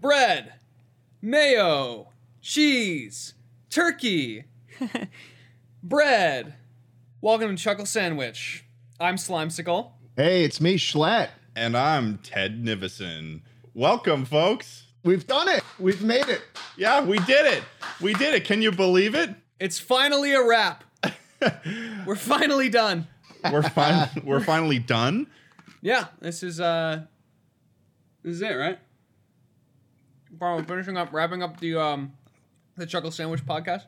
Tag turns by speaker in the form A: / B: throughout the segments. A: bread, mayo, cheese, turkey, bread. Welcome to Chuckle Sandwich. I'm Slimesicle.
B: Hey, it's me, Schlatt.
C: And I'm Ted Nivison. Welcome, folks.
B: We've done it. We've made it.
C: Yeah, we did it. We did it. Can you believe it?
A: It's finally a wrap. We're finally done.
C: We're fin- we're finally done.
A: Yeah, this is uh this is it, right? We're finishing up wrapping up the um the Chuckle Sandwich podcast.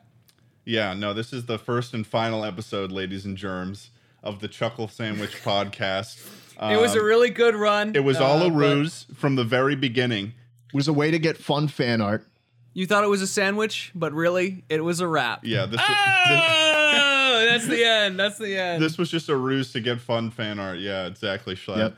C: Yeah, no, this is the first and final episode, ladies and germs, of the Chuckle Sandwich podcast.
A: it was a
C: Um,
A: really good run.
C: it was all
A: uh,
C: a
A: but
C: ruse from the very beginning.
B: It was a way to get fun fan art.
A: You thought it was a sandwich, but really it was a wrap.
C: Yeah, this
A: Ah! Oh, that's the end. That's the end.
C: this was just a ruse to get fun fan art. Yeah, exactly, Schlatt.
B: Yep.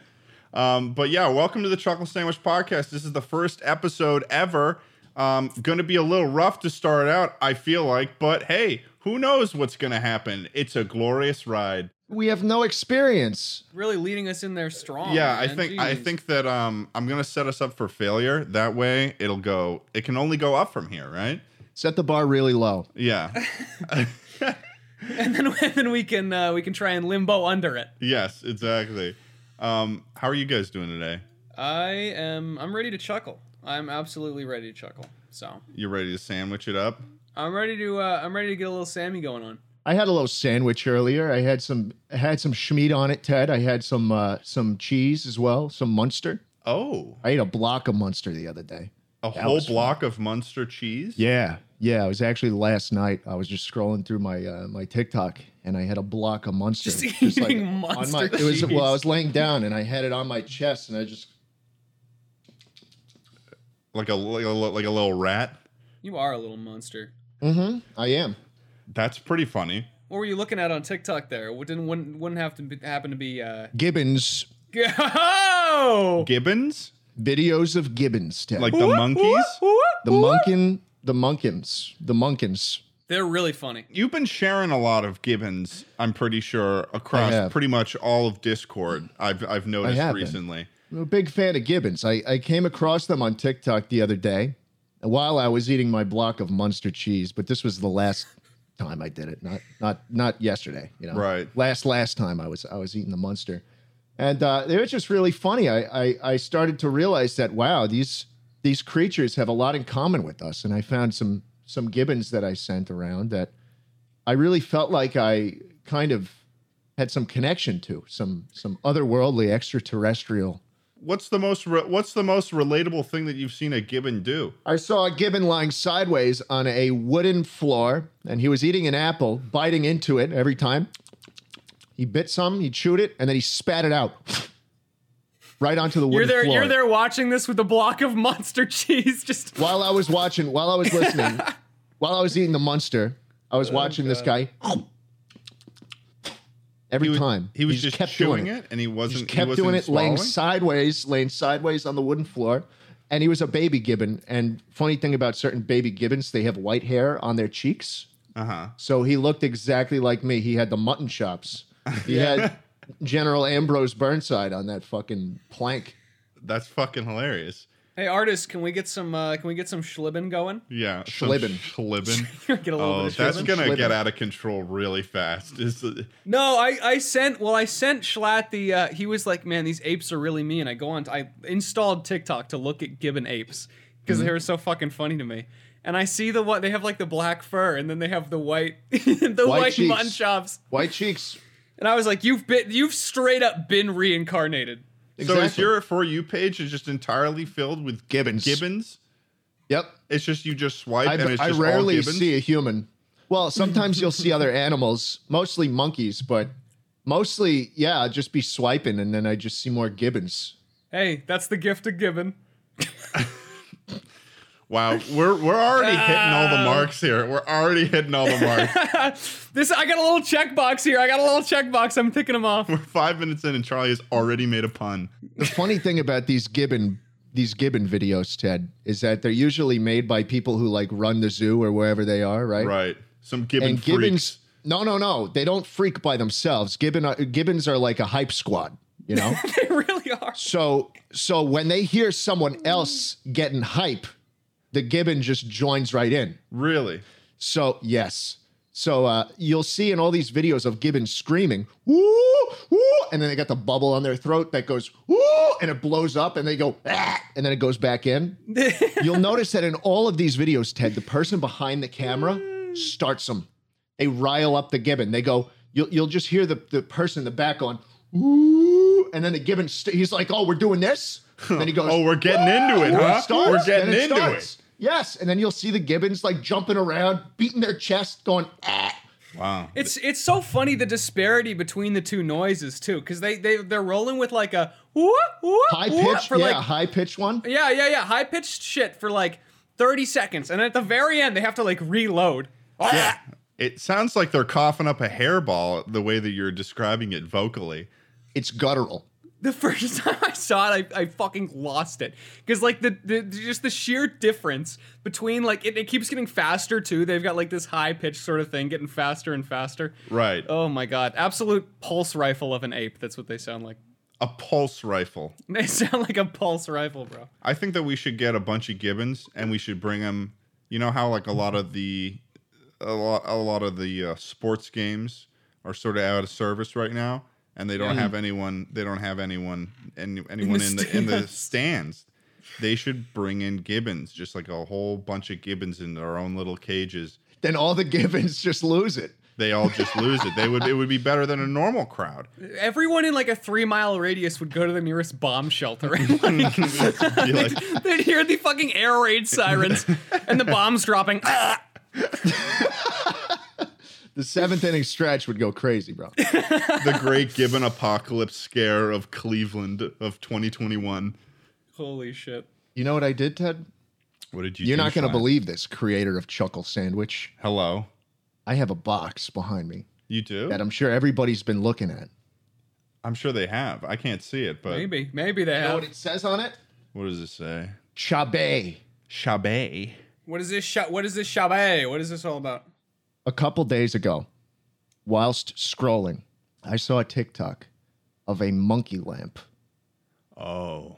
C: Um, but yeah, welcome to the Chuckle Sandwich Podcast. This is the first episode ever. Um, going to be a little rough to start out, I feel like, but hey, who knows what's going to happen? It's a glorious ride.
B: We have no experience.
A: really leading us in there strong.
C: yeah, I
A: Oh, man.
C: think I
A: Jeez.
C: think that um, I'm going to set us up for failure. That way, it'll go. It can only go up from here, right?
B: Set the bar really low.
C: Yeah.
A: and then and then we can uh, we can try and limbo under it.
C: yes, exactly. Um, how are you guys doing today?
A: I am I'm ready to chuckle. I'm absolutely ready to chuckle. So
C: You ready to sandwich it up?
A: I'm ready to uh, I'm ready to get a little Sammy going on.
B: I had a little sandwich earlier. I had some I had some schmeat on it, Ted. I had some uh, some cheese as well, some Munster.
C: Oh,
B: I ate a block of Munster the other day.
C: a
B: That
C: whole
B: was fun.
C: block of Munster cheese.
B: Yeah, yeah. It was actually last night. I was just scrolling through my uh, my TikTok and I had a block of Munster.
A: Just eating
B: on
A: Munster
B: my, it was
A: cheese.
B: well, I was laying down and I had it on my chest and I just
C: like a like a, like a little rat.
A: You are a little monster.
B: mm-hmm, I am.
C: That's pretty funny.
A: What were you looking at on TikTok there? What didn't wouldn't, wouldn't have to be, happen to be uh
B: Gibbons
A: oh!
C: Gibbons,
B: videos of Gibbons, Ted.
C: like the monkeys.
B: The monkin, the monkins, the monkins.
A: They're really funny.
C: You've been sharing a lot of Gibbons. I'm pretty sure
B: I
C: across
B: have.
C: pretty much all of Discord. I've I've noticed
B: have been.
C: recently.
B: I'm a big fan of Gibbons. I, I came across them on TikTok the other day while I was eating my block of Munster cheese, but this was the last time I did it. Not not not yesterday, you know.
C: Right.
B: Last last time I was I was eating the Munster. And uh, it was just really funny. I, I I started to realize that wow, these these creatures have a lot in common with us. And I found some some gibbons that I sent around that I really felt like I kind of had some connection to some some otherworldly extraterrestrial
C: What's the most re- What's the most relatable thing that you've seen a Gibbon do?
B: I saw a gibbon lying sideways on a wooden floor, and he was eating an apple, biting into it every time. He bit some, he chewed it, and then he spat it out right onto the
A: You're
B: wooden
A: there.
B: floor.
A: You're there watching this with a block of monster cheese. Just
B: While I was watching, while I was listening, while I was eating the monster, I was watching this guy every
C: He was,
B: time.
C: he was just, chewing
B: doing
C: it, and he
B: just
C: wasn't.
B: kept
C: he wasn't
B: doing it, laying
C: swallowing?
B: sideways, laying sideways on the wooden floor. And he was a baby gibbon. And funny thing about certain baby gibbons, they have white hair on their cheeks.
C: Uh-huh.
B: So he looked exactly like me. He had the mutton chops. He had General Ambrose Burnside on that fucking plank.
C: That's fucking hilarious.
A: hey, artist, can we get some? Uh, can we get some schlibben going?
C: Yeah. some
B: Schlibbin.
C: Schlibbin.
A: get a little
C: Oh,
A: bit of
C: that's
A: schlibben?
C: gonna
B: Schlibbin.
C: get out of control really fast. Is the-
A: No, I, I sent well I sent Schlatt the uh, he was like man these apes are really mean. I go on I installed TikTok to look at gibbon apes because they were so fucking funny to me. And I see the what they have like the black fur and then they have the white the
B: White
A: white,
B: cheeks.
A: mutton chops.
B: White cheeks.
A: And I was like you've been you've straight up been reincarnated.
C: So is your for you page is just entirely filled with
B: Gibbons.
C: Gibbons.
B: Yep.
C: It's just you just swipe and
B: I,
C: it's
B: I
C: just all
B: rarely
C: Gibbons.
B: see a human. Well, sometimes you'll see other animals, mostly monkeys, but mostly, yeah, I'll just be swiping and then I just see more gibbons.
A: Hey, that's the gift of gibbon.
C: Wow, we're we're already hitting all the marks here. We're already hitting all the marks.
A: This I got a little checkbox here. I got a little checkbox. I'm ticking them off.
C: we're five minutes in, and Charlie has already made a pun.
B: The funny thing about these gibbon these gibbon videos, Ted, is that they're usually made by people who like run the zoo or wherever they are, right?
C: Right, some Gibbon
B: And gibbons,
C: freaks.
B: no, no, uh, no, they don't freak by themselves. Gibbon, are, gibbons are like a hype squad, you know.
A: they really are.
B: So so when they hear someone else getting hype, the gibbon just joins right in.
C: Really?
B: So yes. So uh, you'll see in all these videos of gibbons screaming, woo, woo, and then they got the bubble on their throat that goes woo, and it blows up, and they go, ah, and then it goes back in. You'll notice that in all of these videos, Ted, the person behind the camera starts them. They rile up the gibbon. They go, you'll, you'll just hear the, the person in the back going, ooh, and then the gibbon, st- he's like, oh, we're doing this? And then he goes,
C: Oh, we're getting into it,
B: and
C: huh?
B: it starts,
C: we're getting
B: and it
C: into
B: starts. Yes, and then you'll see the gibbons like jumping around, beating their chest, going, ah.
C: it. Wow.
A: It's it's so funny the disparity between the two noises too, because they they they're rolling with like a whoop, whoop,
B: high
A: whoop
B: pitched,
A: for
B: yeah,
A: like
B: high pitched one.
A: yeah yeah yeah high pitched shit for like thirty seconds, and at the very end they have to like reload. Ah!
C: Yeah. It sounds like they're coughing up a hairball the way that you're describing it vocally.
B: It's guttural.
A: The first time I saw it, I, I fucking lost it because like the, the just the sheer difference between like it, it keeps getting faster too. They've got like this high pitched sort of thing getting faster and faster.
C: Right.
A: Oh my god! Absolute pulse rifle of an ape. That's what they sound like.
C: A pulse rifle.
A: They sound like a pulse rifle, bro.
C: I think that we should get a bunch of gibbons and we should bring them. You know how like a lot of the a lot a lot of the uh, sports games are sort of out of service right now, and they don't have anyone. They don't have anyone any, anyone Hmm. in the in the
A: stands.
C: stands. They should bring in gibbons, just like a whole bunch of gibbons in their own little cages.
B: Then all the gibbons just lose it.
C: They all just lose it. They would it would be better than a normal crowd.
A: Everyone in like a three mile radius would go to the nearest bomb shelter. And, like,
C: Be like,
A: they'd hear the fucking air raid sirens and the bombs dropping. Ah!
B: The seventh inning stretch would go crazy, bro.
C: the great gibbon apocalypse scare of Cleveland of 2021.
A: Holy shit.
B: You know what I did, Ted?
C: What did you?
B: You're
C: do,
B: not going to
C: Shia?
B: believe this, creator of Chuckle Sandwich.
C: Hello.
B: I have a box behind me
C: You do?
B: that I'm sure everybody's been looking at.
C: I'm sure they have. I can't see it, but
A: Maybe, maybe they
B: You know
A: have.
B: what it says on it?
C: what does it say?
B: Chabé.
C: Chabay.
A: What is this? Sh- what is this Shabay? What is this all about?
B: A couple days ago, whilst scrolling, I saw a TikTok of a monkey lamp.
C: Oh,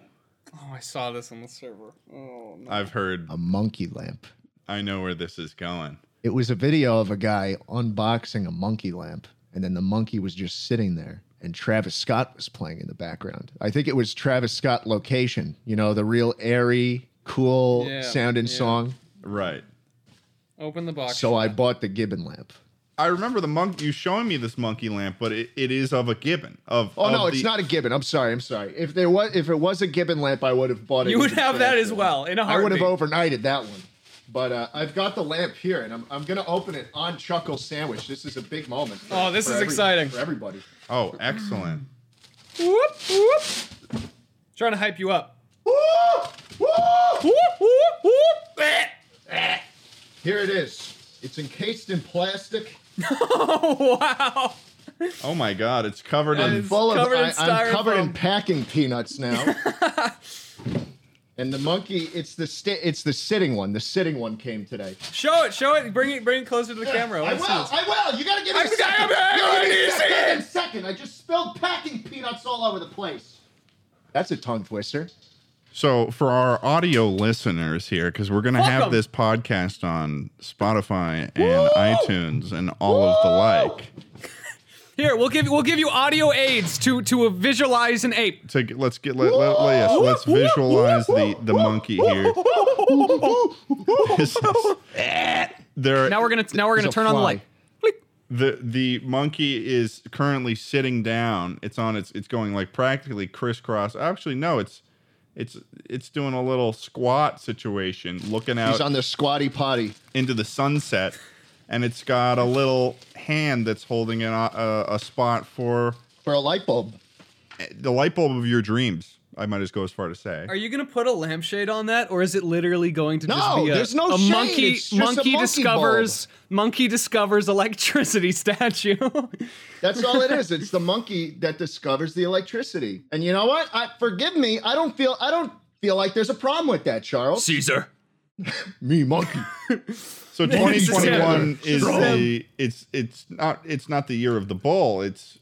A: Oh, I saw this on the server. Oh no.
C: I've heard.
B: A monkey lamp.
C: I know where this is going.
B: It was a video of a guy unboxing a monkey lamp, and then the monkey was just sitting there, and Travis Scott was playing in the background. I think it was Travis Scott location, you know, the real airy, cool
A: Yeah,
B: sound and
A: yeah.
B: song.
C: Right.
A: Open the box.
B: So I bought the Gibbon lamp.
C: I remember the monk. You showing me this monkey lamp, but it, it is of a gibbon. Of
B: Oh
C: of
B: no,
C: the-
B: it's not a Gibbon. I'm sorry, I'm sorry. If there was if it was a Gibbon lamp, I would have bought it.
A: you would
B: as a
A: have that
B: Travis
A: as
B: lamp.
A: well in a
B: I would
A: heartbeat.
B: have overnighted that one. But uh, I've got the lamp here, and I'm, I'm going to open it on Chuckle Sandwich. This is a big moment. for-
A: Oh, this
B: for
A: is exciting.
B: for everybody.
C: Oh, excellent.
A: whoop whoop. Trying to hype you up. Whoop whoop whoop. Eh.
B: Here it is. It's encased in plastic
A: Oh wow.
C: Oh my God, it's covered
A: That
C: in.
A: is-
B: full
A: covered in
B: of. I, am covered in
A: styrofoam.
B: packing peanuts now. and the monkey, it's the sti- it's the sitting one. The sitting one came today.
A: Show it, show it. Bring it, bring it closer to the camera.
B: I
A: Let's
B: will.
A: see this.
B: I will. You gotta give me
A: I
B: a
A: said,
B: second.
A: "I am-
B: You gotta give
A: I
B: me a
A: need to
B: second.
A: see
B: Give me a second. I just spilled packing peanuts all over the place. That's a tongue twister.
C: So for our audio listeners here, because we're gonna
A: Fuck
C: have
A: 'em.
C: this podcast on Spotify and iTunes and all of the like.
A: Here, we'll give we'll give you audio aids to to visualize an ape.
C: To get- let's get let, let, let- yes, let's visualize the the monkey here. This is- there
A: Now we're gonna now we're gonna
B: There's a
A: turn on the
B: fly.
A: light. Click.
C: the the monkey is currently sitting down. It's on its it's going like practically crisscross. Actually, no, it's it's it's doing a little squat situation, looking out
B: He's on the squatty potty.
C: into the sunset, and it's got a little hand that's holding an, o- a, a spot for
B: for a light bulb.
C: the light bulb of your dreams. I might as go as far to say.
A: Are you gonna put a lampshade on that, or is it literally going to just
B: No,
A: be a,
B: there's no
A: a
B: shade,
A: monkey?
B: it's just a
A: monkey
B: monkey
A: discovers monkey discovers electricity statue.
B: That's all it is. It's the monkey that discovers the electricity. And you know what? I forgive me. I don't feel I don't feel like there's a problem with that, Charles.
A: Caesar.
B: me monkey.
C: So
A: This is
C: 2021 is
A: Shazam.
C: the it's it's not it's not the year of the bull. It's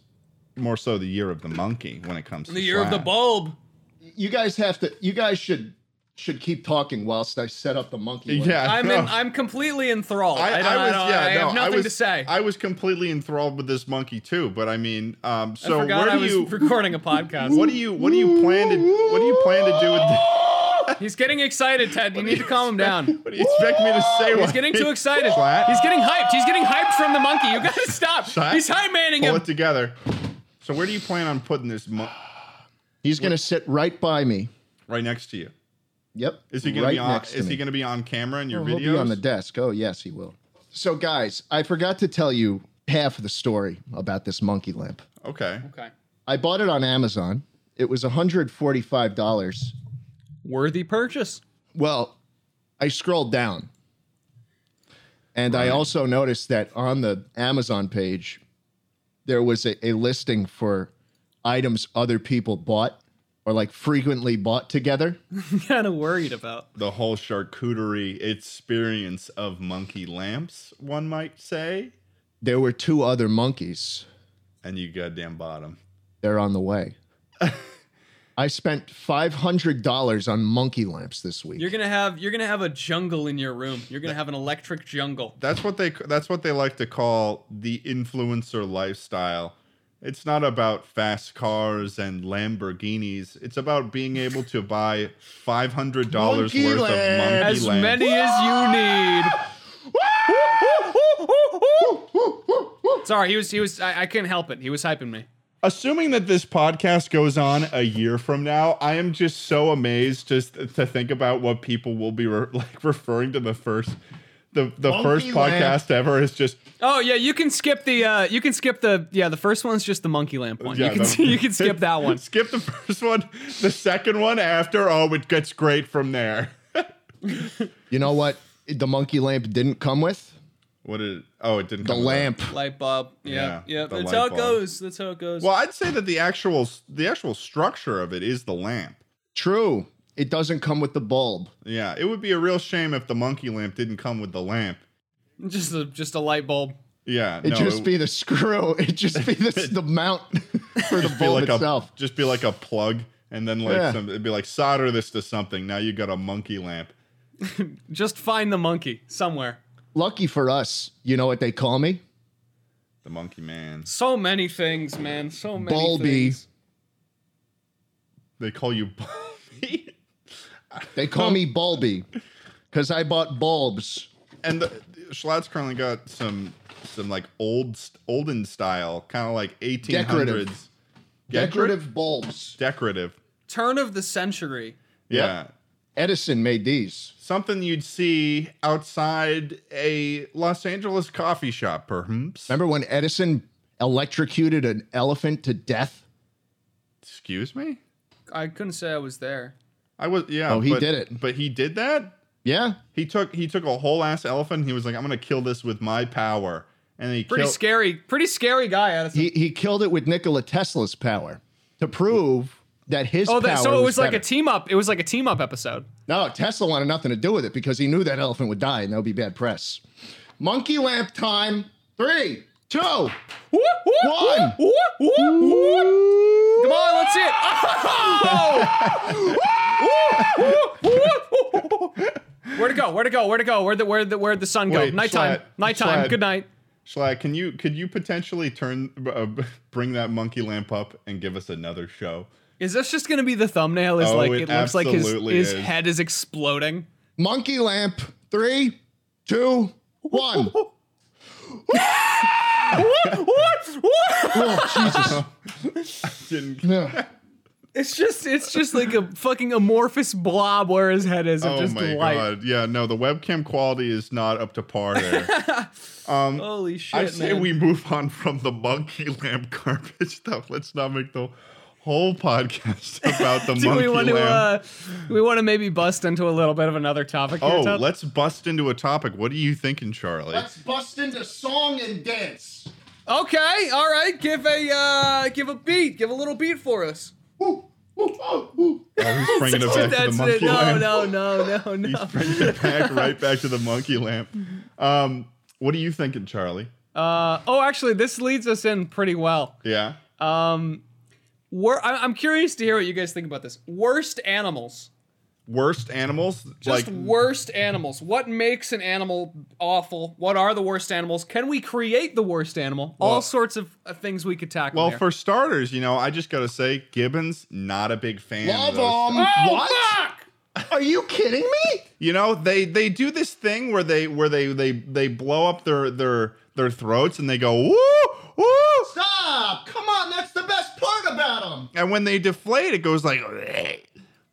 C: more so the year of the monkey when it comes to
A: The year of the
C: slap.
A: bulb.
B: you guys have to. You guys should should keep talking whilst I set up the monkey. one.
C: Yeah,
A: I'm
C: no.
A: in, I'm completely enthralled. I, don't, I, don't- I have nothing
C: was,
A: to say. I,
C: I was completely enthralled with this monkey too, but I mean, um, so
A: forgot
C: where
A: I
C: do
A: was
C: you,
A: recording a podcast.
C: what do you, what do you plan to, what do you plan to do with? The,
A: He's getting excited, Ted. You need to calm him down.
C: what do you expect me to say?
A: He's getting too excited.
C: Flat.
A: He's getting hyped. He's getting hyped from the monkey. You gotta stop.
C: Shut-
A: He's hype manning
C: Pull
A: him.
C: it together. So where do you plan on putting this mon-
B: He's going to sit right by me.
C: right next to you?
B: Yep.
C: Is he gonna
B: right
C: be on?
B: next to
C: Is
B: me.
C: he gonna be on camera in your
B: He'll
C: videos?
B: be on the desk. Oh, yes, he will. So, guys, I forgot to tell you half of the story about this monkey lamp.
C: okay.
A: Okay.
B: I bought it on Amazon. It was $145.
A: Worthy purchase.
B: Well, I scrolled down. And I also noticed that on the Amazon page, there was a, a listing for items other people bought or like frequently bought together.
A: kind of worried about.
C: The whole charcuterie experience of monkey lamps, one might say,
B: There were two other monkeys.
C: and you goddamn bottom.
B: They're on the way. I spent $500 on monkey lamps this week.
A: You're gonna have you're gonna have a jungle in your room. You're gonna have an electric jungle.
C: That's what they that's what they like to call the influencer lifestyle. It's not about fast cars and Lamborghinis. It's about being able to buy five hundred dollars
B: Monkey
C: worth of monkey
B: lamps.
A: As
C: lamps.
A: many as you need. Sorry, he was he was I, I couldn't help it. He was hyping me.
C: Assuming that this podcast goes on a year from now, I am just so amazed just to think about what people will be re- like referring to the first, the the
B: Monkey
C: first
B: lamp.
C: podcast ever is just
A: Oh yeah, you can skip the uh you can skip the yeah, the first one's just the monkey lamp one.
C: Yeah,
A: you can
C: the-
A: you can skip that one.
C: Skip the first one. The second one after, oh, it gets great from there.
B: you know what the monkey lamp didn't come with?
C: What did? Oh, it didn't.
B: The
C: come with that.
B: lamp.
A: Light bulb. Yeah.
C: Yeah,
A: Yeah.
C: the
A: That's
C: light
A: how it
C: bulb.
A: goes. That's how it goes.
C: Well, I'd say that the actual the actual structure of it is the lamp.
B: True. It doesn't come with the bulb.
C: Yeah, it would be a real shame if the monkey lamp didn't come with the lamp.
A: just a just a light bulb.
C: Yeah,
B: It'd
C: no,
B: just
C: it
B: be the screw. It'd just be the, the mount for the
C: would be
B: bulb
C: like
B: itself.
C: a just be like a plug, and then like
B: Yeah.
C: some it'd be like solder this to something. Now you got a monkey lamp.
A: Just find the monkey somewhere.
B: Lucky for us, you know what they call me?
C: The monkey man.
A: So many things, man. So many
B: Bulby.
A: things.
C: They call you Bobby.
B: They call me Bulby because I bought bulbs.
C: and the, Schlatt's currently got some some like old st- olden style kind of like 1800s
B: Decorative. Decorative bulbs.
C: decorative
A: Turn of the century.
C: yeah
B: Edison made these.
C: something you'd see outside a Los Angeles coffee shop perhaps
B: Remember when Edison electrocuted an elephant to death?
C: excuse me
A: I couldn't say I was there.
C: I was yeah
B: Oh, he
C: but-
B: did it.
C: but he did that
B: Yeah.
C: he took he took a whole ass elephant and he was like I'm gonna kill this with my power and he
A: Pretty
C: killed
A: scary. Pretty scary guy, Addison.
B: He, he killed it with Nikola Tesla's power to prove that his
A: oh, that,
B: power
A: so it was like
B: better.
A: a team up. It was like a team up episode.
B: No, Tesla wanted nothing to do with it because he knew that elephant would die and that would be bad press. Monkey lamp time. Three, two. One.
A: Come on, let's see it. Oh! Where to go? Where to go? Where to go? Where the where the where the sun go?
C: Wait,
A: Nighttime.
C: Slide.
A: Nighttime.
C: Slide.
A: Good night.
C: Schlatt can you could you potentially turn uh, bring that monkey lamp up and give us another show.
A: Is this just gonna be the thumbnail? Is
C: Oh,
A: like
C: it
A: it, looks like his
C: absolutely
A: his
C: is.
A: head is exploding.
B: Monkey lamp. Three, two, one. oh,
C: Didn't
B: Jesus.
A: It's just it's just like a fucking amorphous blob where his head is of
C: Oh
A: just
C: my
A: light.
C: god! Yeah, no, the webcam quality is not up to par there.
A: Holy shit,
C: I say
A: man.
C: we move on from the monkey lamp garbage stuff. Let's not make the whole podcast about the
A: do
C: monkey
A: we want to
C: lamp.
A: uh, we want to maybe bust into a little bit of another topic here,
C: oh,
A: Ted?
C: let's bust into a topic. What are you thinking, Charlie?
B: Let's bust into song and dance.
A: Okay, all right. Give a uh, give a beat. Give a little beat for us.
B: Woo, woo, oh, woo.
C: oh, he's bringing it back to the
A: That's it.
C: monkey
A: No,
C: lamp.
A: no, no, no, no.
C: Bringing it back right back to the monkey lamp.
A: Mm-hmm.
C: Um, what are you thinking, Charlie?
A: Uh, oh, actually, this leads us in pretty well.
C: Yeah.
A: Wor- I- I'm curious to hear what you guys think about this. Worst animals.
C: Worst animals?
A: Just
C: like
A: worst animals. What makes an animal awful? What are the worst animals? Can we create the worst animal? All
C: Well-
A: sorts of uh, things we could tackle.
C: well,
A: there.
C: for starters, you know, I just gotta say, Gibbons not a big fan. of
B: Love
C: those
B: them.
A: oh
B: what?
A: fuck!
B: Are you kidding me?
C: You know, they they do this thing where they where they they they blow up their their their throats and they go woo woo,
B: Stop! Come on, that's the best part about them.
C: and when they deflate, it goes like.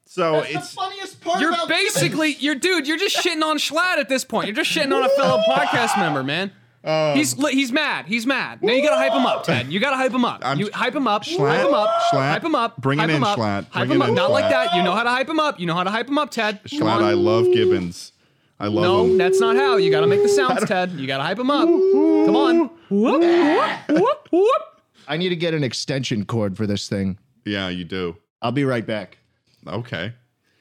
C: So it's
B: funniest part.
A: You're basically, you're dude. You're just shitting on Schlatt at this point. You're just shitting on a fellow podcast member, man.
C: Um,
A: he's li- he's mad. He's mad. Now you gotta hype him up, Ted. You gotta hype him up.
C: I'm-
A: you hype him up.
C: Schlatt,
A: hype him up.
C: Schlatt,
A: hype him up.
C: bring it
A: hype
C: in,
A: him up.
C: Schlatt,
A: Hype
C: bring
A: him
C: it
A: up.
C: in,
A: Not
C: Schlatt.
A: like that. You know how to hype him up. You know how to hype him up, Ted. Come
C: Schlatt,
A: on.
C: I love Gibbons. I love
A: No,
C: him.
A: that's not how. You gotta make the sounds, Ted. You gotta hype him up. Come on. Whoop, whoop, whoop, whoop.
B: I need to get an extension cord for this thing.
C: Yeah, you do.
B: I'll be right back.
C: Okay.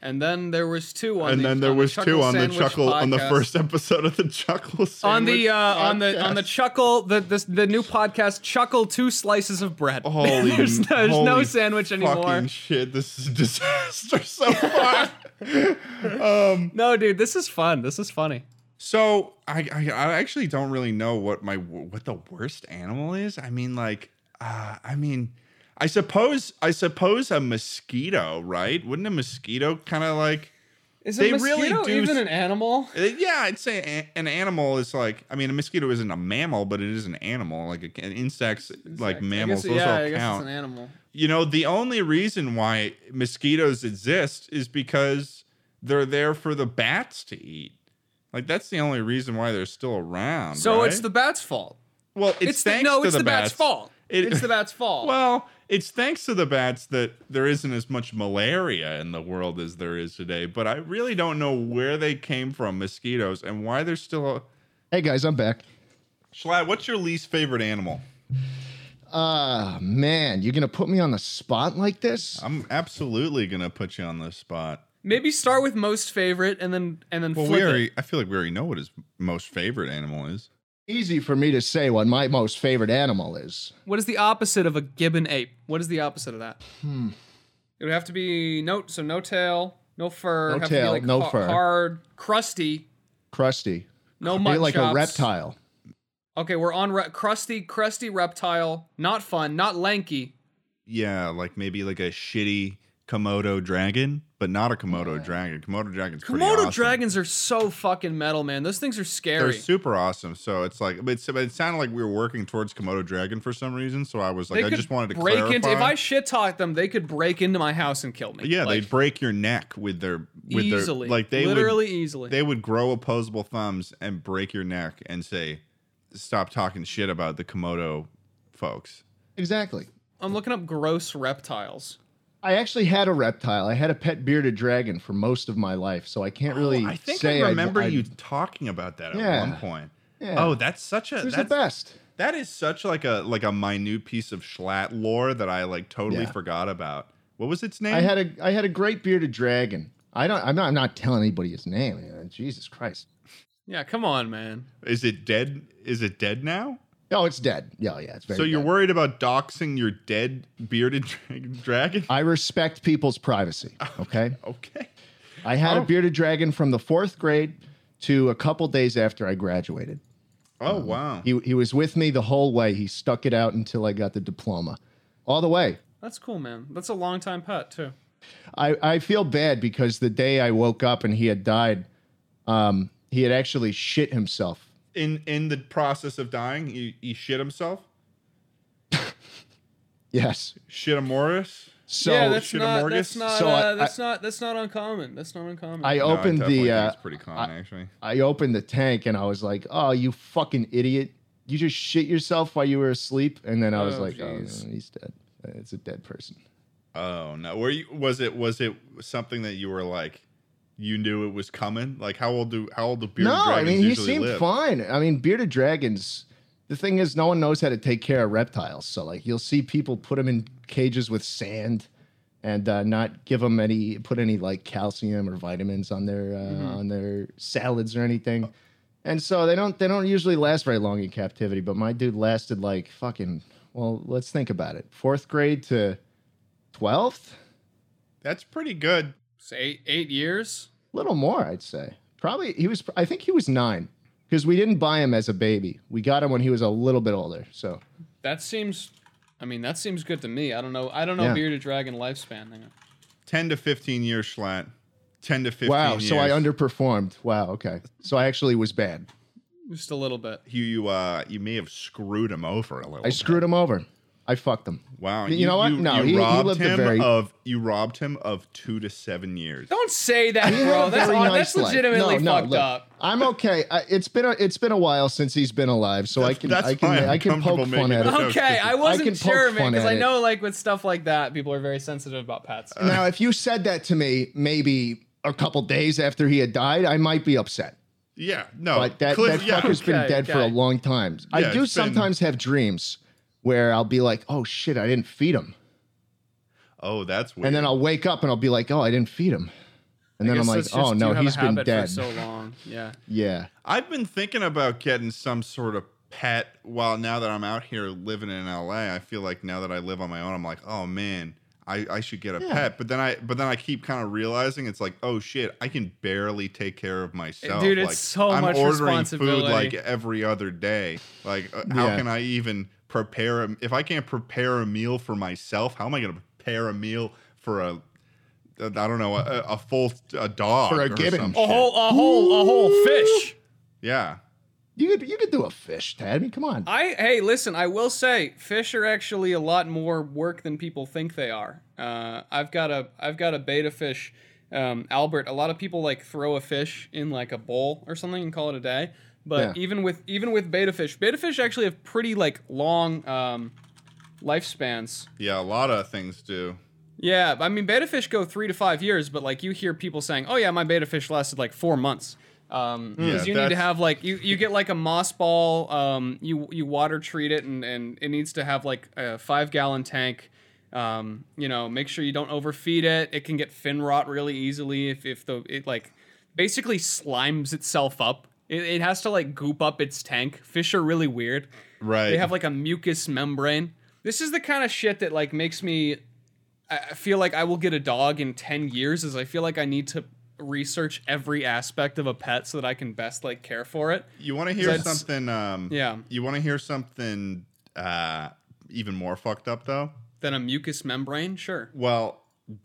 A: And then there was two on
C: and
A: the,
C: then there
A: on
C: was
A: the
C: two on the
A: Sandwich
C: chuckle on the
A: podcast.
C: first episode of the chuckle sandwich
A: on the uh, on the on the
C: podcast.
A: chuckle the this the new podcast chuckle two slices of bread.
C: holy
A: there's no, there's no
C: holy
A: sandwich anymore.
C: fucking shit this is a disaster so far
A: no, dude, this is fun. This is funny.
C: so I, I i actually don't really know what my what the worst animal is i mean like uh i mean i suppose i suppose a mosquito right wouldn't a mosquito kind of like
A: Is
C: They
A: a
C: really
A: mosquito
C: do
A: even
C: s-
A: an animal?
C: Uh, Yeah, I'd say a- an animal is like. I mean, a mosquito isn't a mammal, but it is an animal. Like a- an insects, like mammals,
A: I guess,
C: those
A: yeah,
C: all
A: I guess
C: count.
A: it's an animal.
C: you know, the only reason why mosquitoes exist is because they're there for the bats to eat. Like that's the only reason why they're still around.
A: So it's
C: right?
A: the bat's fault.
C: well, it's,
A: It's, the,
C: thanks
A: no,
C: to
A: it's the, bat's, fault.
C: It-
A: it's the bat's fault.
C: Well, it's thanks to the bats that there isn't as much malaria in the world as there is today. But I really don't know where they came from, mosquitoes, and why they're still. A-
B: Hey guys, I'm back.
C: Schlatt, what's your least favorite animal?
B: Ah man, you're gonna put me on the spot like this?
C: I'm absolutely gonna put you on the spot.
A: Maybe start with most favorite and then and then
C: Well,
A: flip
C: we
A: it.
C: already, I feel like we already know what his most favorite animal is.
B: Easy for me to say what my most favorite animal is.
A: What is the opposite of a gibbon ape? What is the opposite of that? Hmm. It would have to be no, so no tail, no fur,
B: No
A: have to be,
B: tail,
A: like,
B: no
A: ha-
B: fur.
A: hard, crusty,
B: Crusty.
A: no
B: Be
A: mutton
B: like
A: chops.
B: a reptile.
A: Okay, we're on re- crusty, crusty reptile. Not fun, not lanky.
C: Yeah, like maybe like a shitty Komodo dragon, but not a Komodo dragon. Komodo dragons. pretty
A: Komodo
C: awesome.
A: dragons are so fucking metal, man. Those things are
C: They're
A: scary.
C: super awesome. So it's like, but it's- but it sounded like we were working towards Komodo dragon for some reason. So I was like,
A: they
C: I
A: could
C: just wanted to
A: break
C: clarify.
A: into. If I shit talked them, they could break into my house and kill me.
C: yeah,
A: Like,
C: they'd break your neck with their with
A: easily.
C: their like they would-
A: literally easily.
C: they would grow opposable thumbs and break your neck and say, "Stop talking shit about the Komodo folks."
B: Exactly.
A: I'm looking up gross reptiles.
B: I actually had a reptile. I had a pet bearded dragon for most of my life, so I can't really
C: Oh, I think
B: say
C: I remember
B: I-
C: you talking about that at
B: Yeah.
C: one point.
B: Yeah.
C: Oh, that's such a
B: Who's the
C: that's,
B: best?
C: that is such like a like a minute piece of Schlatt lore that I like totally
B: Yeah.
C: forgot about. What was its name?
B: I had a I had a great bearded dragon. I don't. I'm not. I'm not telling anybody his name. man. Jesus Christ.
A: Yeah, come on, man.
C: is it dead? Is it dead now?
B: Oh, it's dead. Yeah, yeah. It's very.
C: so you're
B: dead.
C: worried about doxing your dead bearded dra- dragon?
B: I respect people's privacy. Okay.
C: Okay.
B: I had
C: Oh.
B: a bearded dragon from the fourth grade to a couple days after I graduated.
C: Oh wow.
B: Um, He he was with me the whole way. He stuck it out until I got the diploma, all the way.
A: That's cool, man. That's a long time pet too.
B: I, I feel bad because the day I woke up and he had died, um, he had actually shit himself.
C: In in the process of dying, he, he shit himself.
B: Yes.
C: Shit a Morris.
B: So
A: yeah, that's
C: shit,
A: not,
C: Amorgus?
A: that's not
B: So I-
A: uh, that's not that's not uncommon. That's not uncommon.
B: I opened the uh,
C: It's pretty common actually.
B: I opened the tank and I was like, "Oh, you fucking idiot! You just shit yourself while you were asleep." And then I was
A: Oh,
B: like, "Oh,
A: jeez.
B: no, he's dead. It's a dead person."
C: Oh no. Were you was it was it something that you were like you knew it was coming? Like how old do how old do bearded
B: no, I
C: dragons
B: mean he
C: usually
B: seemed
C: live?
B: fine. I mean, bearded dragons. The thing is, no one knows how to take care of reptiles. So like, you'll see people put them in cages with sand, and uh, not give them any put any like calcium or vitamins on their uh,
C: Mm-hmm.
B: on their salads or anything. And so they don't they don't usually last very long in captivity. But my dude lasted like fucking. Well, let's think about it. Fourth grade to twelfth,
C: That's pretty good.
A: So eight eight years.
B: little more, I'd say. Probably he was. I think he was nine because we didn't buy him as a baby. We got him when he was a little bit older. So
A: That seems. I mean, that seems good to me. I don't know. I don't know
B: Yeah.
A: bearded dragon lifespan. Hang on.
C: 10 to 15 years, Schlatt. 10 to 15
B: wow, so I
C: years.
B: underperformed. Wow, okay. So I actually was bad.
A: Just a little bit.
C: You, you, uh, you may have screwed him over a little.
B: I
C: bit.
B: screwed him over. I fucked him.
C: Wow.
B: You know what? No,
C: you
B: he- he
C: robbed
B: lived a
C: him
B: very-
C: of you robbed him of two to seven years.
A: Don't say that,
B: He had
A: bro.
B: a
A: That's
B: very
A: on,
B: nice
A: that's
B: life.
A: legitimately
B: No, no,
A: fucked
B: look,
A: up.
B: I'm okay. I, it's been a, it's been a while since he's been alive, so I
C: That's-
B: can
C: that's
B: I can
C: fine.
B: I can
C: I'm
B: poke
C: comfortable
B: fun
C: making
B: at
C: that
B: it.
C: up.
A: Okay, I wasn't
B: can poke
A: sure, man,
B: fun
A: because
B: at
A: I
B: it. Uh,
A: know like with stuff like that, people are very sensitive about pets.
B: Now, if you said that to me, maybe a couple days after he had died, I might be upset.
C: Yeah. No.
A: Oh,
B: But that
C: Cliff-
B: that
C: yeah.
B: fucker's been
A: Okay,
B: dead for a
A: okay.
B: long time.
C: Yeah,
B: I
C: it's
B: do
C: been-
B: sometimes have dreams where I'll be like, "Oh shit, I didn't feed him,"
C: Oh, that's weird.
B: and then I'll wake up and I'll be like, "Oh, I didn't feed him," and
A: I
B: then I'm
A: guess
B: like,
A: that's just
B: "Oh no,
A: you have a
B: he's been
A: habit for
B: dead."
A: so long. Yeah.
B: yeah.
C: I've been thinking about getting some sort of pet while now that I'm out here living in LA. I feel like now that I live on my own, I'm like, oh man, I, I should get a
B: Yeah.
C: pet. But then I but then I keep kind of realizing it's like, oh shit, I can barely take care of myself.
A: Dude, it's
C: like,
A: so
C: I'm
A: much
C: ordering food
A: responsibility.
C: like every other day. Like uh, how
B: Yeah.
C: can I even prepare a, if I can't prepare a meal for myself, how am I gonna prepare a meal for a I don't know a, a full a dog
B: For a
C: or
B: gibbon.
C: some
A: A
C: shit.
A: whole, a whole, a whole fish.
C: yeah
B: You could you could do a fish, Tad. I mean, come on.
A: I hey, listen. I will say, fish are actually a lot more work than people think they are. Uh, I've got a I've got a beta fish, um, Albert. A lot of people like throw a fish in like a bowl or something and call it a day. But
B: Yeah.
A: even with even with beta fish, beta fish actually have pretty like long um, lifespans.
C: yeah a lot of things do
A: Yeah, I mean, beta fish go three to five years, but like you hear people saying, "Oh yeah, my beta fish lasted like four months." Um, because you need to
C: that's-
A: have like you, you get like a moss ball. Um, you you water treat it, and and it needs to have like a five gallon tank. Um, you know, make sure you don't overfeed it. It can get fin rot really easily if if the it like basically slimes itself up. It, it has to like goop up its tank. Fish are really weird.
C: Right.
A: They have like a mucus membrane. This is the kind of shit that like makes me I I feel like I will get a dog in 10 years is I feel like I need to research every aspect of a pet so that I can best like care for it.
C: you want to hear
A: That's-
C: something um
A: Yeah.
C: you want to hear something uh even more fucked up though
A: Then a mucous membrane, sure.
C: well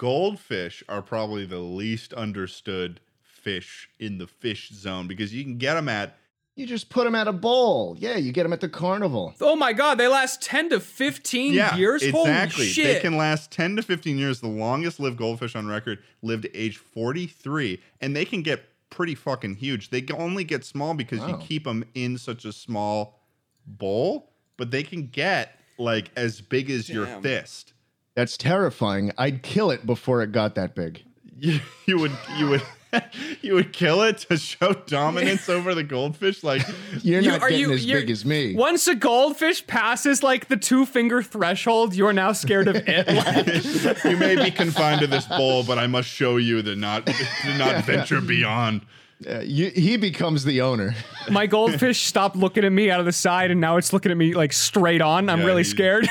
C: goldfish are probably the least understood fish in the fish zone because you can get them at
B: You just put him at a bowl. Yeah, you get him at the carnival.
A: Oh my god, they last 10 to 15
C: yeah
A: years.
C: exactly
A: Holy
C: they
A: shit.
C: can last 10 to 15 years the longest lived goldfish on record lived to age 43 and they can get pretty fucking huge they can only get small because you
B: Wow.
C: keep them in such a small bowl but they can get like as big as your
A: Damn.
C: fist
B: That's terrifying. I'd kill it before it got that big.
C: you, you would you would you would kill it to show dominance over the goldfish like
B: You're
A: You-
B: not
A: are
B: getting
A: you-
B: as
A: you're-
B: big as me.
A: Once a goldfish passes like the two finger threshold, you're now scared of it. Like,
C: you may be confined to this bowl but i must show you the not to not venture beyond
B: Uh, you, he becomes the owner.
A: my goldfish stopped looking at me out of the side and now it's looking at me like straight on. I'm
C: Yeah,
A: really
C: you-
A: scared.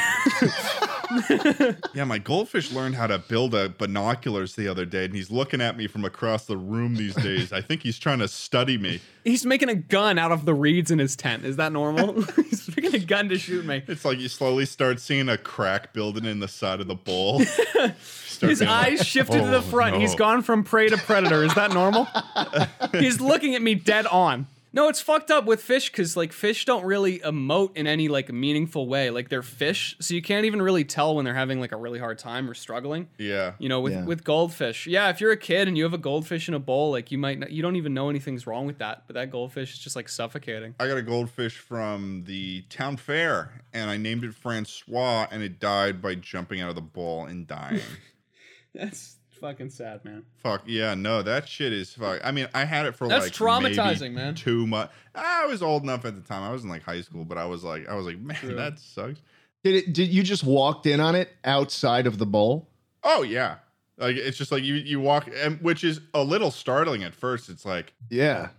C: Yeah, my goldfish learned how to build a binoculars the other day, and he's looking at me from across the room these days. I think he's trying to study me.
A: He's making a gun out of the reeds in his tent. Is that normal? He's making a gun to shoot me.
C: It's like you slowly start seeing a crack building in the side of the bowl. Start
A: His
C: being like,
A: eyes shifted to the
C: "Oh,
A: front. He's
C: no."
A: gone from prey to predator. Is that normal? He's looking at me dead on. No, it's fucked up with fish because like fish don't really emote in any like meaningful way. Like they're fish, so you can't even really tell when they're having like a really hard time or struggling.
C: Yeah.
A: You know, with
B: Yeah.
A: with goldfish. Yeah, if you're a kid and you have a goldfish in a bowl, like you might not, you don't even know anything's wrong with that, but that goldfish is just like suffocating.
C: I got a goldfish from the town fair, and I named it Francois, and it died by jumping out of the bowl and dying.
A: That's fucking sad, man.
C: Fuck yeah, no, that shit is fuck. I mean, I had it for
A: That's
C: like
A: traumatizing,
C: maybe
A: man.
C: Too much. I was old enough at the time. I was in like high school, but I was like, I was like, man,
A: True.
C: that sucks.
B: Did it? Did you just walked in on it outside of the bowl?
C: Oh yeah, like it's just like you you walk, and which is a little startling at first. It's like
B: Yeah.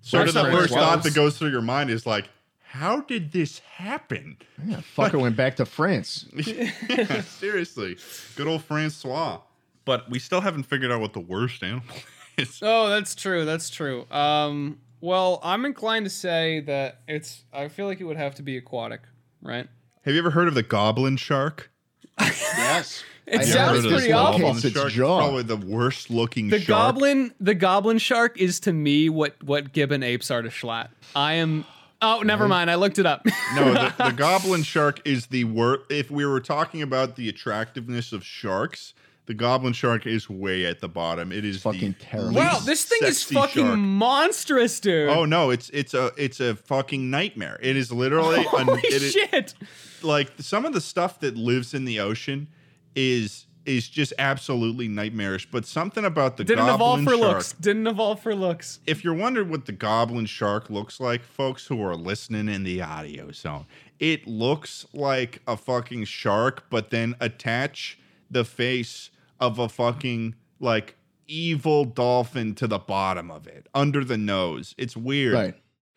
C: sort
A: First
C: of the
A: thought
C: first
A: was-
C: thought that goes through your mind is like, how did this happen?
B: Yeah, fucker went back to France.
C: Yeah, seriously. Good old Francois. But we still haven't figured out what the worst animal is.
A: Oh, that's true. That's true. Um, well, I'm inclined to say that it's. I feel like it would have to be aquatic, right?
C: Have you ever heard of the goblin shark?
B: Yes.
A: It
B: I know
A: sounds
B: this
A: pretty
B: one
A: awful.
B: case, It's
C: shark is
B: jaw.
C: probably the worst looking
A: The
C: shark.
A: goblin, the goblin shark is to me what what gibbon apes are to Schlatt. I am. Oh, never mind. I looked it up.
C: No, the, the goblin shark is the worst. If we were talking about the attractiveness of sharks, the goblin shark is way at the bottom. It is the
B: Fucking terrible.
C: least
A: wow, this thing is
C: sexy
A: fucking
C: shark.
A: monstrous, dude.
C: Oh no, it's it's a it's a fucking nightmare. It is literally a-
A: Holy
C: it is-
A: shit!
C: like some of the stuff that lives in the ocean is is just absolutely nightmarish. But something about the
A: Didn't evolve
C: goblin
A: for
C: shark.
A: looks. Didn't evolve for looks.
C: If you're wondering what the goblin shark looks like, folks who are listening in the audio zone, it looks like a fucking shark, but then attach the face of a fucking like evil dolphin to the bottom of it under the nose. It's weird.
B: Right.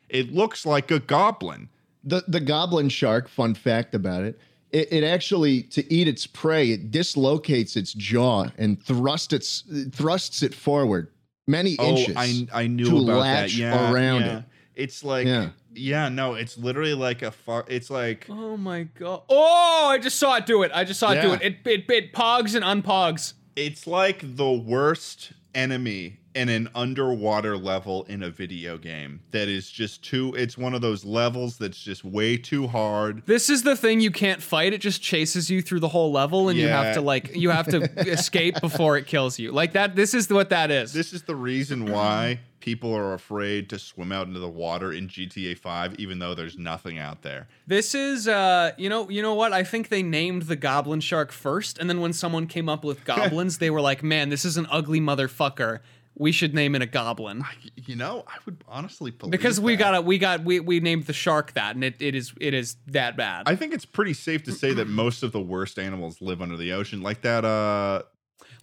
C: It looks like a goblin.
B: The the goblin shark. Fun fact about it. It, it actually to eat its prey, it dislocates its jaw and thrust its thrusts it forward many inches.
C: Oh, I, I knew
B: to
C: about
B: latch
C: that. Yeah,
B: around
C: yeah.
B: it.
C: It's like,
B: Yeah.
C: yeah. no, it's literally like a fu- It's like,
A: Oh my god! Oh, I just saw it do it. I just saw it do
B: Yeah.
A: it. It it it pogs and unpogs.
C: it's like the worst enemy in an underwater level in a video game that is just too. It's one of those levels that's just way too hard.
A: This is the thing you can't fight. It just chases you through the whole level, and you have
C: Yeah.
A: to like you have to escape before it kills you. Like that. This is what that is.
C: This is the reason why people are afraid to swim out into the water in GTA 5, even though there's nothing out there.
A: This is, uh, you know, you know what? I think they named the goblin shark first, and then when someone came up with goblins, they were like, "Man, this is an ugly motherfucker. We should name it a goblin."
C: Y- You know, I would honestly believe
A: Because we
C: that.
A: got a, we got we we named the shark that, and it, it is it is that bad.
C: I think it's pretty safe to say that most of the worst animals live under the ocean, like that. Uh,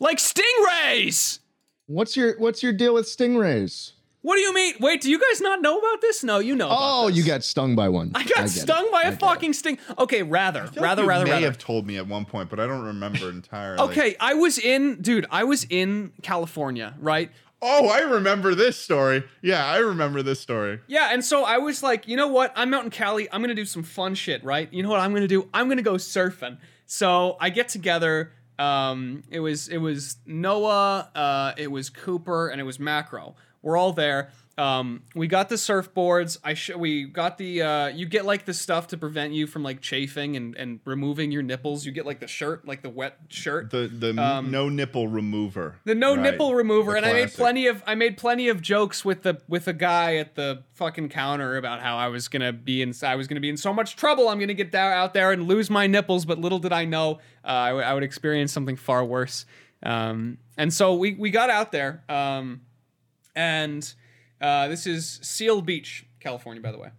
A: like stingrays.
B: What's your what's your deal with stingrays?
A: What do you mean? Wait, do you guys not know about this? No, you know. about
B: Oh,
A: this.
B: you got stung by one.
A: I got
B: get it.
A: stung by
B: I
A: a
B: get it.
A: fucking sting. Okay, rather,
C: I feel
A: rather,
C: like you
A: rather,
C: may
A: rather.
C: have told me at one point, but I don't remember entirely.
A: Okay, I was in, dude, I was in California, right?
C: Oh, I remember this story. Yeah, I remember this story.
A: Yeah, and so I was like, you know what? I'm out in Cali. I'm gonna do some fun shit, right? You know what I'm gonna do? I'm gonna go surfing. So I get together. Um, it was it was Noah, uh, it was Cooper, and it was Macro. We're all there. Um, we got the surfboards. I sh- we got the uh, you get like the stuff to prevent you from like chafing and and removing your nipples. You get like the shirt, like the wet shirt.
C: The the m- no nipple remover.
A: Um, The no
C: Right.
A: nipple remover,
C: The
A: and I made
C: classic.
A: plenty of I made plenty of jokes with the with a guy at the fucking counter about how I was gonna be in I was gonna be in so much trouble. I'm gonna get there, out there and lose my nipples. But little did I know, uh, I, w- I would experience something far worse. Um, and so we we got out there, um, and uh, this is Seal Beach, California, by the way.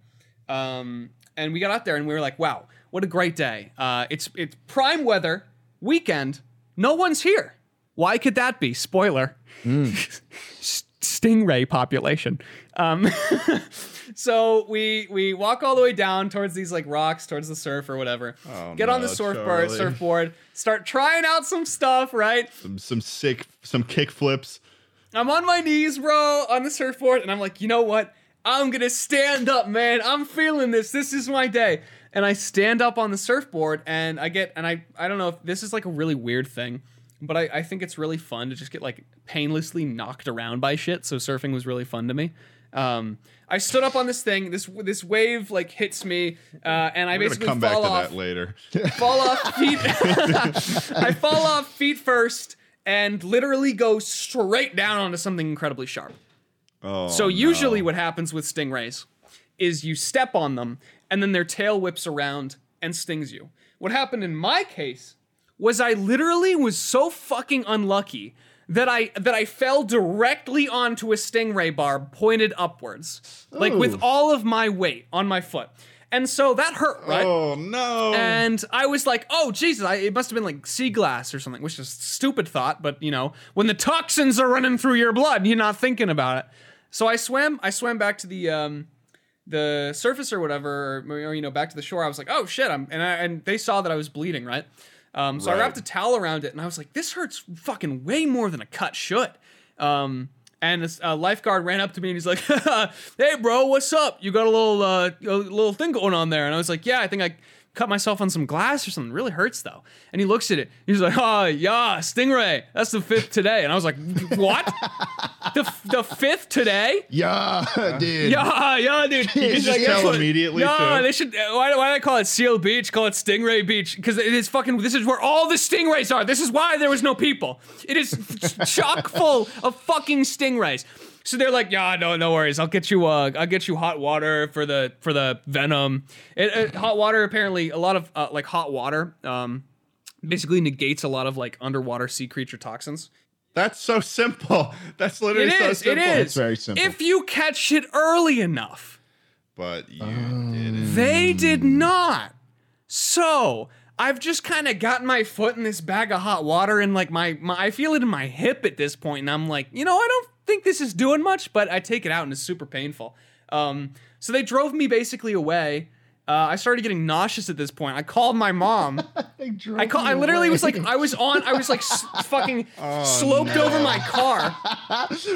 A: Um, and we got out there and we were like, wow, what a great day. Uh, it's it's prime weather, weekend, no one's here. Why could that be? Spoiler.
C: Mm.
A: S- Stingray population. Um, so we we walk all the way down towards these like rocks, towards the surf or whatever.
C: Oh,
A: Get on the
C: no,
A: surfboard,
C: Charlie.
A: surfboard, start trying out some stuff, right?
C: Some, some sick some kick flips.
A: I'm on my knees, bro, on the surfboard, and I'm like, you know what? I'm gonna stand up, man. I'm feeling this. This is my day. And I stand up on the surfboard, and I get, and I, I don't know if this is like a really weird thing, but I, I think it's really fun to just get like painlessly knocked around by shit. So surfing was really fun to me. Um, I stood up on this thing. This this wave like hits me, uh, and I
C: We're gonna
A: basically
C: come back to
A: fall off
C: that later.
A: fall off feet. I fall off feet first and literally go straight down onto something incredibly sharp.
C: Oh,
A: So usually what happens with stingrays is you step on them and then their tail whips around and stings you. What happened in my case was I literally was so fucking unlucky that I that I fell directly onto a stingray barb pointed upwards. Like with
B: Ooh.
A: all of my weight on my foot. And so that hurt, right?
C: oh no.
A: And I was like, oh, Jesus, I, it must have been like sea glass or something, which is a stupid thought, but you know, when the toxins are running through your blood, you're not thinking about it. So I swam, I swam back to the, um, the surface or whatever, or, or, you know, back to the shore, I was like, oh shit, I'm and I, and they saw that I was bleeding, right? Um, so I
C: Right.
A: wrapped a towel around it, and I was like, this hurts fucking way more than a cut should. Um, and this uh, lifeguard ran up to me and he's like, hey bro, what's up? You got a little uh, a little thing going on there, and I was like, yeah, I think I. Cut myself on some glass or something. Really hurts though. And he looks at it. He's like, "Oh yeah, stingray. That's the fifth today." And I was like, "What? the f- the fifth today?
B: Yeah, dude.
A: Yeah, yeah, dude.
B: You
A: He's
B: just
A: like, that's
C: tell
A: what-
C: immediately,
A: No,
C: too.
A: they should. uh, Why, why did I call it Seal Beach? Call it Stingray Beach because it is fucking. This is where all the stingrays are. This is why there was no people. It is chock full of fucking stingrays. So they're like, yeah, no, no worries. I'll get you. Uh, I'll get you hot water for the for the venom. It, it, hot water apparently a lot of uh, like hot water. Um, basically negates a lot of like underwater sea creature toxins.
C: That's so simple. That's literally
A: It
C: so
A: is. It
C: simple.
A: is.
B: It's very simple.
A: If you catch it early enough.
C: But you didn't.
A: They did not. So I've just kind of gotten my foot in this bag of hot water and like my, my I feel it in my hip at this point, and I'm like, you know, I don't think this is doing much, but I take it out and it's super painful. Um, so they drove me basically away. Uh, I started getting nauseous at this point. I called my mom.
B: They drove
A: I call, I
B: you
A: literally was
B: away.
A: like, I was on, I was like s- fucking sloped over my car.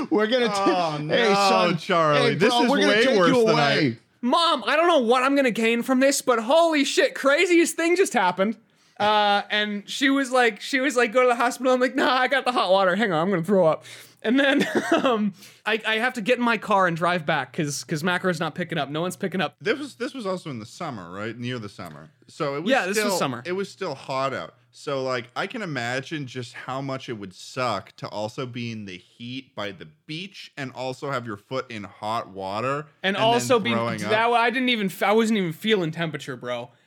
B: we're gonna. T-
C: Oh,
B: hey,
C: no,
B: son,
C: Charlie,
B: Hey,
C: this
B: bro,
C: is
B: we're gonna
C: way
B: take
C: worse
B: you
C: than I-
B: away.
A: Mom, I don't know what I'm gonna gain from this, but holy shit, craziest thing just happened. Uh, and she was like, she was like, go to the hospital. I'm like, nah, I got the hot water. Hang on, I'm gonna throw up. And then um, I, I have to get in my car and drive back because because Macro's not picking up. No one's picking up.
C: This was this was also in the summer, right? Near the summer. So it was
A: Yeah, this was
C: still-
A: summer.
C: It was still hot out. So like I can imagine just how much it would suck to also be in the heat by the beach and also have your foot in hot water
A: And,
C: then
A: also be
C: throwing
A: that I didn't even I wasn't even feeling temperature, bro.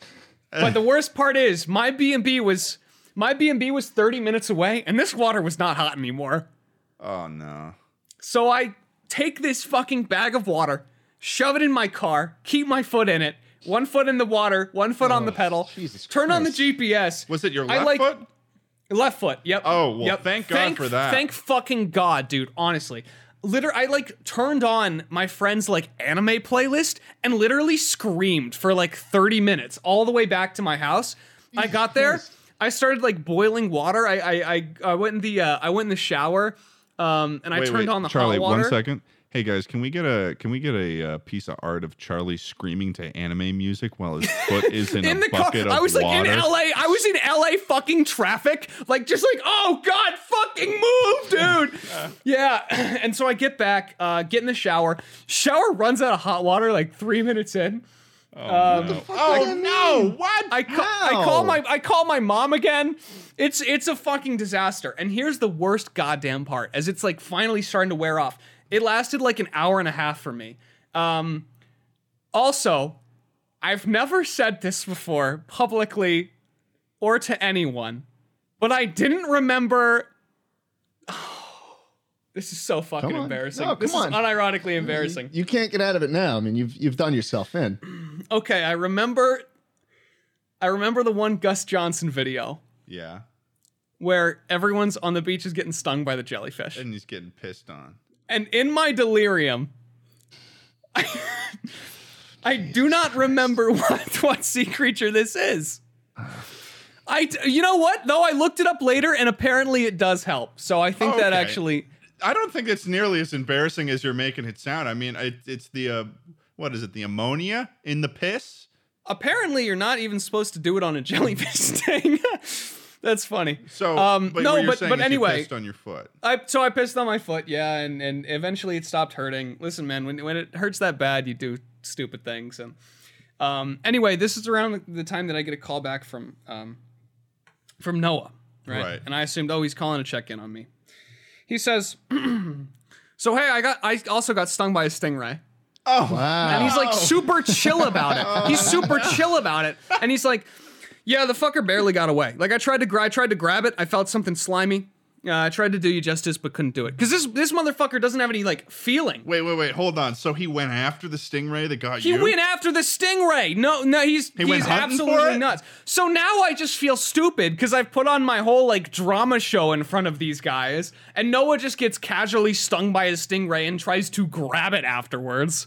A: But the worst part is my B and B was my B and B was 30 minutes away, and this water was not hot anymore.
C: Oh no.
A: So I take this fucking bag of water, shove it in my car, keep my foot in it, one foot in the water, one foot on the pedal,
B: Jesus
A: turn on the
B: Christ.
A: GPS.
C: Oh, Was it your
A: I
C: left
A: like-
C: foot?
A: Left foot. Yep.
C: Oh, well,
A: Yep.
C: thank God for that.
A: Thank fucking God, dude. Honestly. Literally, I like turned on my friend's like anime playlist and literally screamed for like 30 minutes all the way back to my house. I got there.
B: Christ.
A: I started like boiling water. I I I, I went in the uh, I went in the shower, um, and I
C: Wait,
A: turned
C: wait,
A: on the
C: Charlie,
A: hot water.
C: one second. Hey guys, can we get a can we get a uh, piece of art of Charlie screaming to anime music while his foot is in,
A: in
C: a
A: the car.
C: bucket of
A: I was like
C: water?
A: in LA. I was in LA fucking traffic. Like just like, oh God, fucking move, dude. yeah. And so I get back, uh, get in the shower. Shower runs out of hot water like three minutes in.
C: Oh, no.
B: does
C: oh
B: that
C: no!
B: mean?
C: What?
A: I ca- I
B: How?
A: call my I call my mom again. It's it's a fucking disaster. And here's the worst goddamn part, as it's like finally starting to wear off. It lasted like an hour and a half for me. Um, also, I've never said this before publicly or to anyone, but I didn't remember. this is so fucking
B: Come on.
A: embarrassing.
B: No,
A: this
B: come
A: is
B: on. Mm-hmm.
A: unironically embarrassing.
B: You can't get out of it now. I mean, you've you've done yourself in.
A: Okay, I remember. I remember the one Gus Johnson video.
C: yeah,
A: where everyone's on the beach is getting stung by the jellyfish.
C: and he's getting pissed on.
A: And in my delirium, I, I do not remember what, what sea creature this is. I, d- you know what? Though I looked it up later, and apparently it does help. So I think that
C: Okay.
A: actually,
C: I don't think it's nearly as embarrassing as you're making it sound. I mean, it, it's the uh, what is it? The ammonia in the piss.
A: apparently you're not even supposed to do it on a jellyfish sting. That's funny.
C: So
A: Um,
C: but
A: no,
C: what you're
A: but-
C: saying
A: but
C: is you
A: anyway-
C: pissed on your foot.
A: I so I pissed on my foot, yeah, and and eventually it stopped hurting. Listen, man, when when it hurts that bad, you do stupid things. And um, anyway, this is around the time that I get a call back from um, from Noah, right?
C: Right.
A: And I assumed, oh, he's calling to check in on me. He says, "So hey, I got I also got stung by a stingray."
C: Oh,
B: Wow.
A: And he's like super chill about it. He's super chill about it. And he's like, yeah, the fucker barely got away. Like I tried to, gra- I tried to grab it. I felt something slimy. Uh, I tried to do you justice, but couldn't do it. Cause this this motherfucker doesn't have any like feeling.
C: wait, wait, wait, hold on. So he went after the stingray that got
A: He
C: you.
A: went after the stingray. No, no, he's
C: went
A: he's
C: hunting for
A: absolutely
C: it?
A: nuts. So now I just feel stupid because I've put on my whole like drama show in front of these guys, and Noah just gets casually stung by a stingray and tries to grab it afterwards.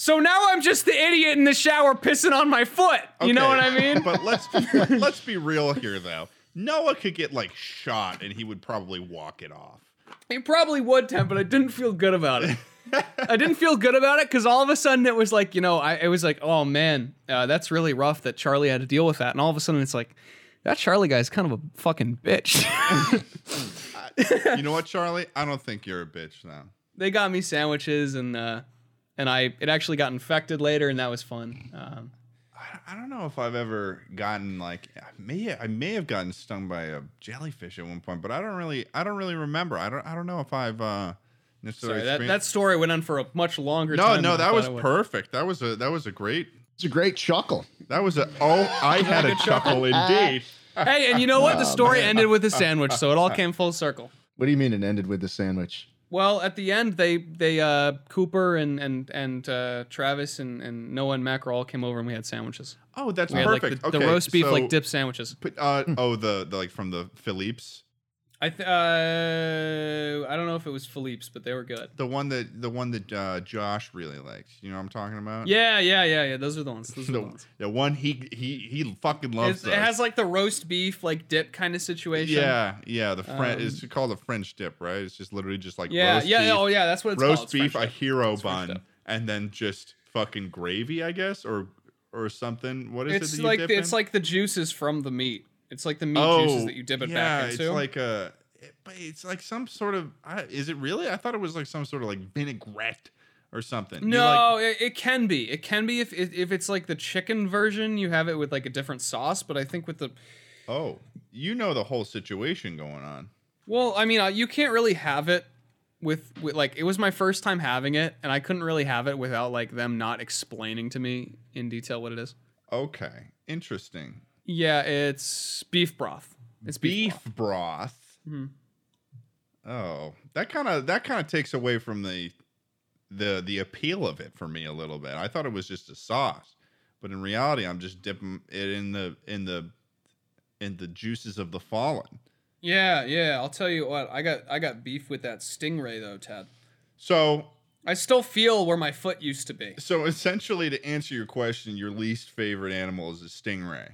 A: So now I'm just the idiot in the shower pissing on my foot. You know what
C: Okay,
A: I mean?
C: But let's let's be real here though. Noah could get like shot and he would probably walk it off.
A: It probably would, Tim, but I didn't feel good about it. I didn't feel good about it because all of a sudden it was like, you know, I it was like, oh man, uh, that's really rough that Charlie had to deal with that. And all of a sudden it's like, that Charlie guy's kind of a fucking bitch.
C: You know what, Charlie? I don't think you're a bitch now.
A: they got me sandwiches and uh, and I it actually got infected later and that was fun. Um,
C: I don't know if I've ever gotten like I may I may have gotten stung by a jellyfish at one point, but I don't really I don't really remember. I don't I don't know if I've uh necessarily
A: sorry, that, that
C: experienced-
A: story went on for a much longer
C: No,
A: time.
C: no,
A: than I
C: that
A: thought
C: was
A: it would.
C: perfect. That was a that was a great
B: It's a great chuckle.
C: that was a oh I had a chuckle indeed.
A: Hey, and you know
C: Oh,
A: what? The story ended with a sandwich, so it all came full circle.
B: What do you mean it ended with the sandwich?
A: Well, at the end, they they uh, Cooper and and and uh, Travis and and Noah and Mac were all came over and we had sandwiches.
C: Oh, that's
A: We had like
C: perfect.
A: the,
C: okay,
A: the roast beef
C: so-
A: like dip sandwiches.
C: But, uh, oh, the, the like from the Philippe's,
A: I th- uh, I don't know if it was Philippe's, but they were good.
C: the one that the one that uh, Josh really liked. You know what I'm talking about?
A: Yeah, yeah, yeah, yeah. Those are the ones. Those are the
C: the,
A: ones.
C: the one he he he fucking loves.
A: It's,
C: Those.
A: it has like the roast beef like dip kind of situation. Um,
C: yeah, yeah. The French it's called a French dip, right? It's just literally just like
A: yeah,
C: roast
A: yeah.
C: beef,
A: Oh, yeah. That's what it's
C: roast
A: called. It's
C: beef, a
A: French dip.
C: hero
A: French
C: bun,
A: dip.
C: and then just fucking gravy, I guess, or or something. What is it?
A: It's
C: that you
A: like
C: dip
A: it's
C: in? Oh,
A: like the juices from the meat. It's like the meat juices that you dip it
C: yeah,
A: back into.
C: It's like a, it- but it's like some sort of. I, is it really? I thought it was like some sort of like vinaigrette or something. You, like,
A: No, it, it can be. It can be if, if if it's like the chicken version, you have it with like a different sauce. But I think with the
C: Oh, you know the whole situation going on.
A: well, I mean, uh, you can't really have it with with like it was my first time having it, and I couldn't really have it without like them not explaining to me in detail what it is.
C: Okay, interesting.
A: Yeah, it's beef broth. It's beef.
C: Beef
A: broth.
C: broth.
A: Mhm.
C: Oh, that kind of that kind of takes away from the the the appeal of it for me a little bit. I thought it was just a sauce, but in reality, I'm just dipping it in the in the in the juices of the fallen.
A: Yeah, yeah. I'll tell you what. I got I got beef with that stingray though, Ted.
C: So
A: I still feel where my foot used to be.
C: so essentially, to answer your question, your least favorite animal is a stingray.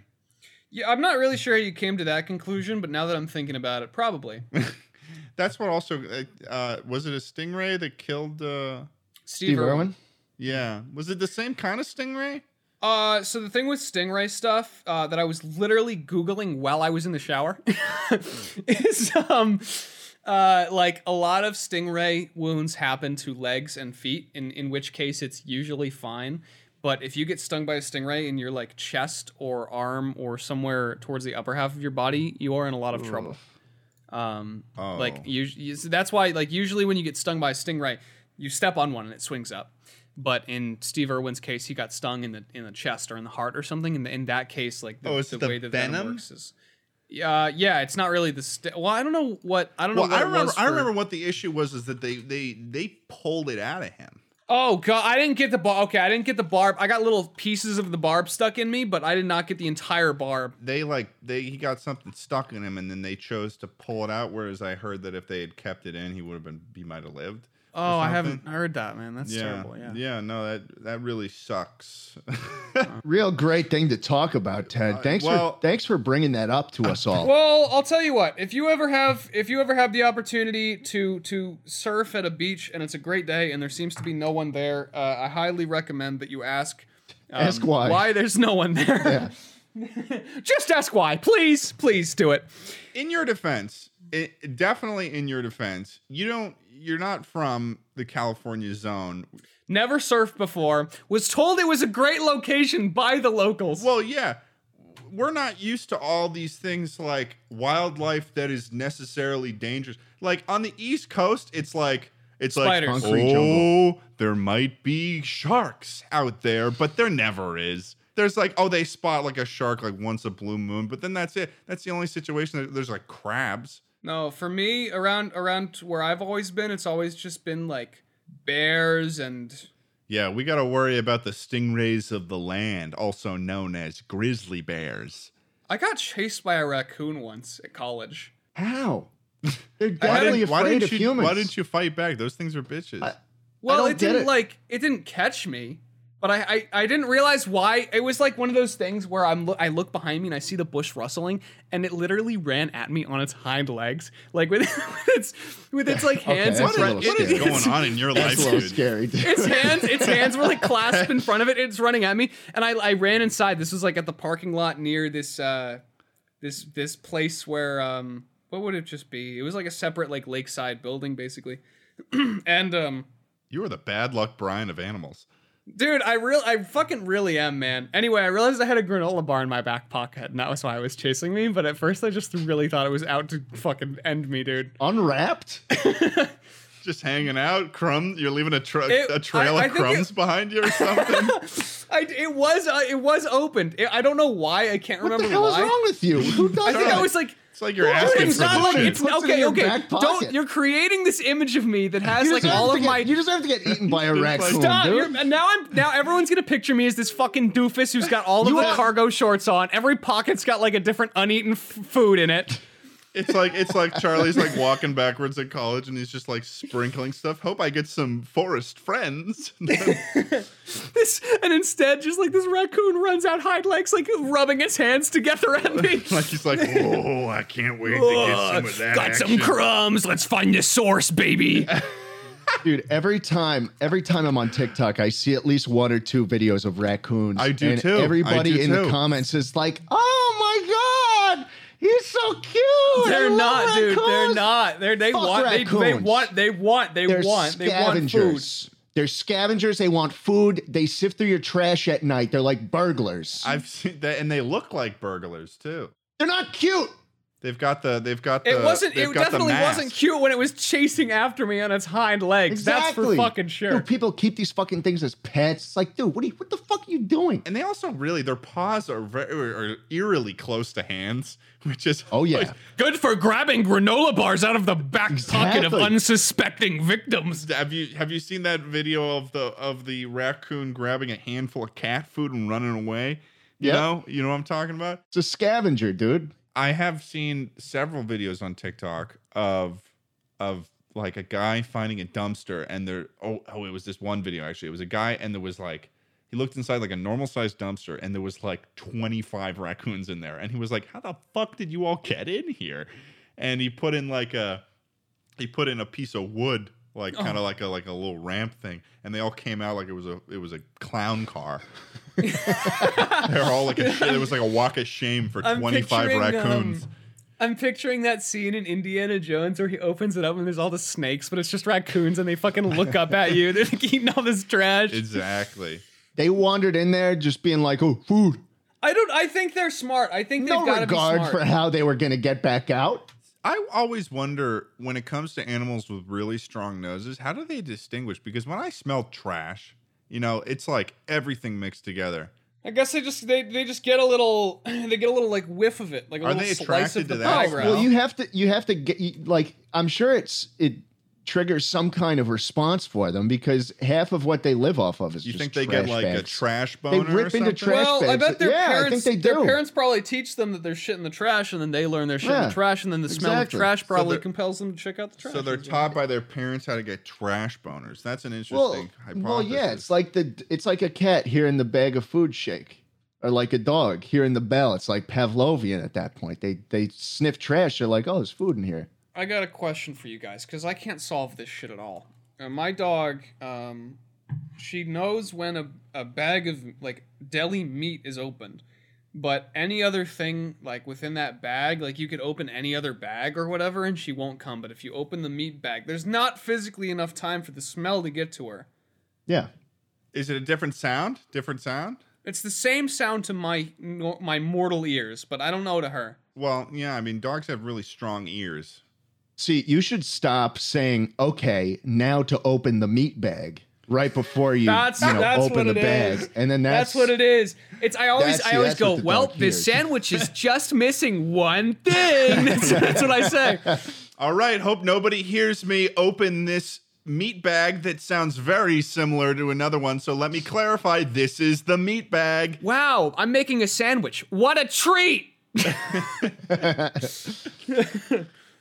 A: Yeah, I'm not really sure how you came to that conclusion, but now that I'm thinking about it, probably.
C: That's what also uh, uh, was it a stingray that killed. Uh,
A: Steve,
B: Steve
A: Irwin.
B: Irwin?
C: Yeah. Was it the same kind of stingray?
A: Uh, so the thing with stingray stuff uh, that I was literally googling while I was in the shower is um, uh, like a lot of stingray wounds happen to legs and feet, in in which case it's usually fine. But if you get stung by a stingray in your like chest or arm or somewhere towards the upper half of your body, you are in a lot of trouble. Um,
C: Oh.
A: like you, you, so that's why like usually when you get stung by a stingray, you step on one and it swings up. But in Steve Irwin's case, he got stung in the in the chest or in the heart or something. And in that case, like the,
C: Oh, is it the
A: way that that
C: venom?
A: works is, yeah, yeah, it's not really the st- well. I don't know what I don't
C: Well,
A: know. What
C: I
A: it
C: remember.
A: was
C: I
A: for-
C: remember what the issue was is that they they they pulled it out of him.
A: Oh god, I didn't get the bar. Okay, I didn't get the barb. I got little pieces of the barb stuck in me, but I did not get the entire barb.
C: They like they he got something stuck in him, and then they chose to pull it out. Whereas I heard that if they had kept it in, he would have been he might have lived.
A: Oh, I
C: something.
A: haven't heard that, man. That's
C: Yeah,
A: terrible. Yeah.
C: No, that that really sucks.
B: Real great thing to talk about,
A: Uh,
B: Ted. Thanks
C: well-
B: for thanks for bringing that up to us all.
A: Well, I'll tell you what. If you ever have, if you ever have the opportunity to to surf at a beach and it's a great day and there seems to be no one there, uh, I highly recommend that you ask. um,
B: Ask why.
A: Why there's no one there. Just ask why, please, please do it.
C: in your defense, it, definitely in your defense, you don't you're not from the California zone.
A: Never surfed before. Was told it was a great location by the locals.
C: Well, yeah. We're not used to all these things like wildlife that is necessarily dangerous. Like on the East Coast, it's like it's
A: Spiders.
C: like
B: Concrete
C: oh,
B: jungle.
C: there might be sharks out there, but there never is. There's like oh, they spot like a shark like once a blue moon, but then that's it. That's the only situation. That there's like crabs.
A: No, for me, around around where I've always been, it's always just been like bears and
C: Yeah, we got to worry about the stingrays of the land, also known as grizzly bears.
A: I got chased by a raccoon once at college.
B: How? They're
C: Why
B: deadly
C: didn't-
B: afraid
C: why didn't
B: of
C: you,
B: humans.
C: Why didn't you fight back? Those things are bitches.
B: I-
A: Well,
B: don't
A: it
B: get
A: didn't
B: it.
A: like it didn't catch me. But I, I, I didn't realize why it was like one of those things where I'm lo- I look behind me and I see the bush rustling and it literally ran at me on its hind legs like with, with its with its like
B: Okay,
A: hands in
B: that's a
A: front.
B: little
A: it-
C: What is
B: scary.
A: it's-
C: going on in your life,
B: It's a little
C: dude?
B: scary. dude.
A: its hands its hands were like clasped in front of it it's running at me and i, I ran inside this was like at the parking lot near this uh this this place where um what would it just be it was like a separate like lakeside building basically and um
C: You are the bad luck Brian of animals.
A: dude i real i fucking really am man anyway i realized i had a granola bar in my back pocket and that was why it was chasing me but at first i just really thought it was out to fucking end me dude
B: Unwrapped?
C: Just hanging out, crumbs. You're leaving a, tra-
A: It-
C: a trail
A: I- I
C: of
A: think
C: crumbs behind you or something.
A: I, it was uh, it was opened It- i don't know why i can't
B: What
A: remember
B: the hell
A: why
B: is wrong with you? Who does
A: i think
B: that?
A: i was like
C: it's like you're
A: Dude,
C: asking
A: it's
C: for
A: not like
C: shit.
A: it's
B: Puts it in
A: okay.
B: your
A: okay,
B: back pocket.
A: don't. You're creating this image of me that has
B: You
A: like
B: deserve
A: all
B: to
A: of
B: get-
A: my.
B: You deserve to get eaten by a
C: Just
B: raccoon,
C: like-
A: Stop!
B: dude.
A: You're, now I'm now everyone's gonna picture me as this fucking doofus who's got all of
B: You
A: the
B: are-
A: cargo shorts on. Every pocket's got like a different uneaten f- food in it.
C: It's like it's like Charlie's like walking backwards at college and he's just like sprinkling stuff. Hope I get some forest friends.
A: This and instead, just like this raccoon runs out hind legs, like rubbing its hands together at me.
C: like he's like, oh, I can't wait to get some of that.
A: got some
C: action."
A: crumbs. Let's find the source, baby.
B: Dude, every time, every time I'm on TikTok, I see at least one or two videos of raccoons.
C: I do
B: and
C: too. I
B: Everybody
C: do
B: in the
C: too.
B: comments is like, "Oh my god, he's so cute." I
A: They're
B: love
A: not, dude. They're
B: raccoons."
A: not. They're, they
B: Fuck
A: want. They, they
B: raccoons.
A: want. They want. They
B: They're
A: want. They want food.
B: scavengers. They're scavengers. They want food. They sift through your trash at night. They're like burglars.
C: I've seen that, and they look like burglars too.
B: They're not cute.
C: They've got the they've got the
A: It wasn't.
C: they've
A: It
C: got the
A: definitely
C: mask.
A: wasn't cute when it was chasing after me on its hind legs. That's for fucking sure.
B: Dude, people keep these fucking things as pets. It's like, dude, what, are you, what the fuck are you doing?
C: And they also really their paws are very are eerily close to hands, which is
B: Oh, yeah.
A: Good for grabbing granola bars out of the back pocket of
B: Exactly.
A: unsuspecting victims.
C: Have you have you seen that video of the of the raccoon grabbing a handful of cat food and running away? You
B: Yep.
C: know, you know what I'm talking about.
B: It's a scavenger, dude.
C: I have seen several videos on TikTok of of like a guy finding a dumpster and there oh oh it was this one video actually. It was a guy and there was like he looked inside like a normal sized dumpster and there was like 25 raccoons in there and he was like how the fuck did you all get in here? And he put in like a he put in a piece of wood like kind of like a like a little ramp thing and they all came out like it was a it was a clown car. They're all like a sh- there was like a walk of shame for
A: I'm
C: 25
A: picturing, um,
C: raccoons.
A: I'm picturing that scene in Indiana Jones where he opens it up and there's all the snakes, but it's just raccoons and they fucking look up at you. They're like eating all this trash.
C: Exactly.
B: They wandered in there just being like, oh, food.
A: I don't. I think they're smart. I think
B: No
A: they've got to be
B: regard
A: smart.
B: for how they were going to get back out.
C: I always wonder when it comes to animals with really strong noses, how do they distinguish? Because when I smell trash, you know, it's like everything mixed together.
A: I guess they just they, they just get a little they get a little like whiff of it, like a
C: Are
A: little
C: they
A: slice
C: attracted
A: of the
C: to that?
A: background.
C: Well,
B: Well, you have to, you have to get, you- like, I'm sure it's, it triggers some kind of response for them because half of what they live off of is
C: You
B: just
C: think they
B: trash
C: get like
B: bags.
C: a trash boner? or
B: rip into
C: something?
B: trash-
A: well, I
B: bags.
A: bet their
B: Yeah, I
A: parents
B: think they
A: their
B: do.
A: parents probably teach them that there's shit in the trash and then they learn their shit in
B: Yeah,
A: the trash and then the smell
B: exactly.
A: of trash probably
C: they're-
A: compels them to check out the trash.
C: So they're taught by their parents how to get trash boners. That's an interesting
B: well,
C: hypothesis.
B: well, yeah, it's like the, it's like a cat hearing the bag of food shake. Or like a dog hearing the bell, it's like Pavlovian at that point. They they sniff trash. They're like, "Oh, there's food in here."
A: I got a question for you guys cuz I can't solve this shit at all. Uh, my dog um she knows when a, a bag of like deli meat is opened. But any other thing like within that bag, like you could open any other bag or whatever and she won't come, but if you open the meat bag, there's not physically enough time for the smell to get to her.
B: Yeah,
C: Is it a different sound? Different sound?
A: It's the same sound to my nor- my mortal ears, but I don't know to her.
C: Well, yeah. I mean, dogs have really strong ears.
B: See, you should stop saying, "Okay, now to open the meat bag." Right before you,
A: That's-
B: you know,
A: that's
B: open
A: what
B: the
A: it
B: bag,
A: is.
B: and then
A: That's,
B: that's,
A: what it is. It's I always
B: That's-
A: I always
B: that's what
A: go,
B: the
A: well,
B: dog
A: this
B: hears."
A: sandwich is just missing one thing. That's, that's what I say.
C: All right. Hope nobody hears me open this meat bag that sounds very similar to another one. So let me clarify this is the meat bag.
A: Wow, I'm making a sandwich. What a treat!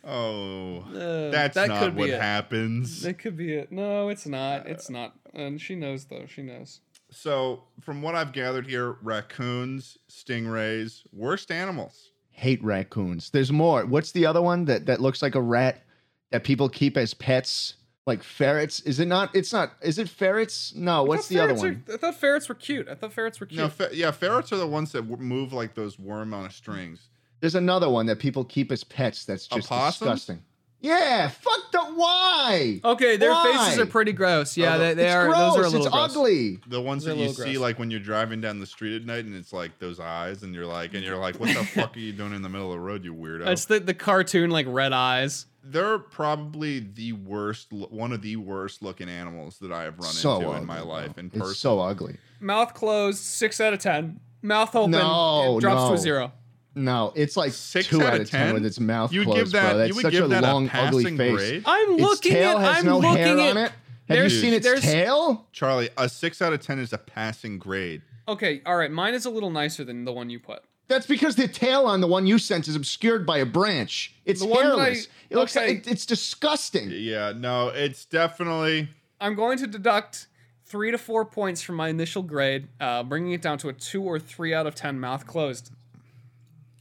C: Oh,
A: Uh,
C: that's
A: that
C: not
A: could be
C: what
A: it.
C: happens.
A: That could be it. No, it's not. It's not. And she knows though. She knows.
C: So, from what I've gathered here, raccoons, stingrays, worst animals.
B: Hate raccoons. There's more. What's the other one that that looks like a rat that people keep as pets? Like ferrets? Is it not? It's not. Is it ferrets? No. What's the other one?
A: I thought ferrets were cute. I thought ferrets were cute.
C: No, fe- yeah, ferrets are the ones that w- move like those worm on a strings.
B: There's another one that people keep as pets. That's just
C: Opossums?
B: disgusting. Yeah. Fuck the why.
A: okay, their
B: Why?
A: faces are pretty gross. Yeah,
C: Oh,
A: they, Oh, they
B: it's
A: are.
B: Gross.
A: Those are a little
B: it's
A: gross.
B: ugly.
C: The ones
A: They're
C: that
A: a
C: you
A: little
C: see
A: gross.
C: like when you're driving down the street at night and it's like those eyes and you're like and you're like, what the fuck are you doing in the middle of the road, you weirdo?
A: That's the the cartoon like red eyes.
C: They're probably the worst lo- one of the worst looking animals that I have run
B: so
C: into
B: ugly,
C: in my life
B: bro.
C: in
B: It's
C: person.
B: so ugly.
A: Mouth closed, six out of ten. Mouth open,
B: No,
A: it drops to
B: no.
A: a zero.
B: No, it's like
C: Six
B: two
C: out
B: out
C: of
B: of ten,
C: 10?
B: with its mouth
C: You would
B: closed,
C: give that-
B: bro. That's
C: you would
B: such
C: give
B: a
C: that a
B: long, ugly
C: passing
B: face.
C: grade?
A: I'm
B: Its
A: looking
B: tail
A: at.
B: has
A: I'm
B: no
A: looking
B: hair
A: at.
B: on it. Have you
A: there's-
B: seen its
A: there's-
B: tail?
C: Charlie, a six out of ten is a passing grade.
A: Okay, all right. Mine is a little nicer than the one you put.
B: That's because the tail on the one you sent is obscured by a branch. It's
A: The one that I-
B: hairless. it looks
A: okay.
B: like it- it's disgusting.
C: Yeah, no, it's definitely
A: I'm going to deduct three to four points from my initial grade, uh, bringing it down to a two or three out of ten. Mouth closed.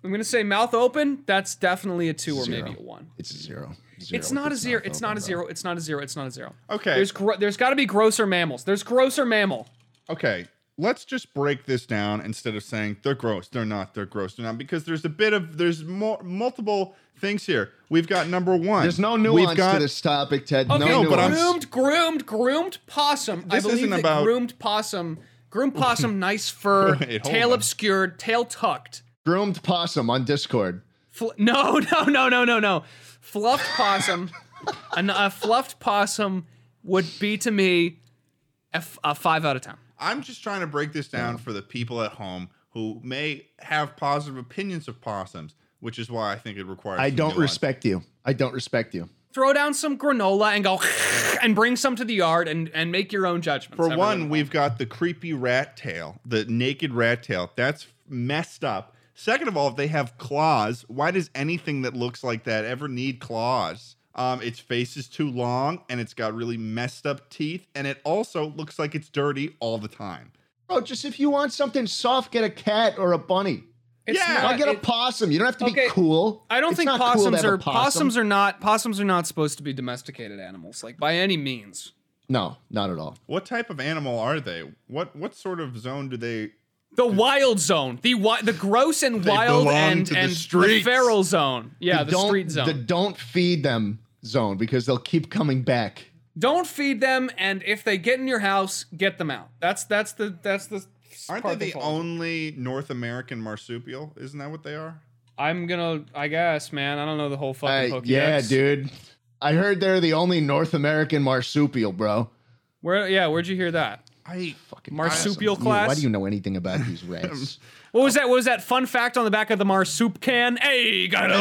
A: I'm going to say mouth open. That's definitely a two or
B: Zero.
A: maybe a one.
B: It's a zero. Zero
A: It's
B: with
A: not a
B: its
A: zero.
B: mouth
A: It's not
B: open,
A: a
B: bro.
A: zero. It's not a zero. It's not a zero.
C: okay.
A: There's gro- there's got to be grosser mammals. There's grosser mammal.
C: okay, let's just break this down instead of saying they're gross, they're not, they're gross, they're not, because there's a bit of there's more multiple things here. We've got number one.
B: There's no nuance
C: We've got
B: to this topic, Ted.
A: Okay,
B: no,
C: No, but I'm-
B: nuance.
A: groomed, groomed, groomed possum.
C: This
A: I believe
C: isn't
A: that
C: about-
A: groomed possum, groomed possum, nice fur,
C: Wait, hold
A: tail
C: on.
A: obscured, tail tucked.
B: groomed possum on Discord.
A: Fl- no, no, no, no, no, no. Fluffed possum. an, a fluffed possum would be to me a, f- a five out of ten.
C: I'm just trying to break this down for the people at home who may have positive opinions of possums, which is why I think it requires.
B: I
C: some
B: don't
C: nuance.
B: respect you. I don't respect you.
A: Throw down some granola and go and bring some to the yard and, and make your own judgments.
C: For
A: Everyone.
C: one, we've got the creepy rat tail, the naked rat tail. That's messed up. Second of all, if they have claws, why does anything that looks like that ever need claws? Um, its face is too long and it's got really messed up teeth, and it also looks like it's dirty all the time.
B: Bro, just if you want something soft, get a cat or a bunny.
A: It's
C: Yeah,
A: not-
B: I'll get a
A: it-
B: possum. You don't have to
A: Okay.
B: be cool.
A: I don't
B: It's
A: think
B: not cool to
A: possums
B: have a
A: are
B: possum.
A: possums are not possums are not supposed to be domesticated animals like by any means.
B: No, not at all.
C: What type of animal are they? What what sort of zone do they?
A: The wild zone, the wi- the gross and wild
C: belong
A: and
C: to the
A: and
C: streets.
A: feral zone. Yeah, the
B: don't,
A: street
B: The
A: zone.
B: don't feed them zone because they'll keep coming back.
A: Don't feed them, and if they get in your house, get them out. That's that's the that's the.
C: Aren't
A: part
C: they
A: that
C: the
A: falls.
C: only North American marsupial? Isn't that what they are?
A: I'm gonna. I guess, man. I don't know the whole
B: Uh,
A: fucking. Pokedex.
B: yeah, dude. I heard they're the only North American marsupial, bro.
A: Where? Yeah, where'd you hear that?
C: I
B: Fucking
A: Marsupial
B: awesome. You-
A: class?
B: why do you know anything about these rats?
A: What was that? What was that fun fact on the back of the marsup can? Hey, got him.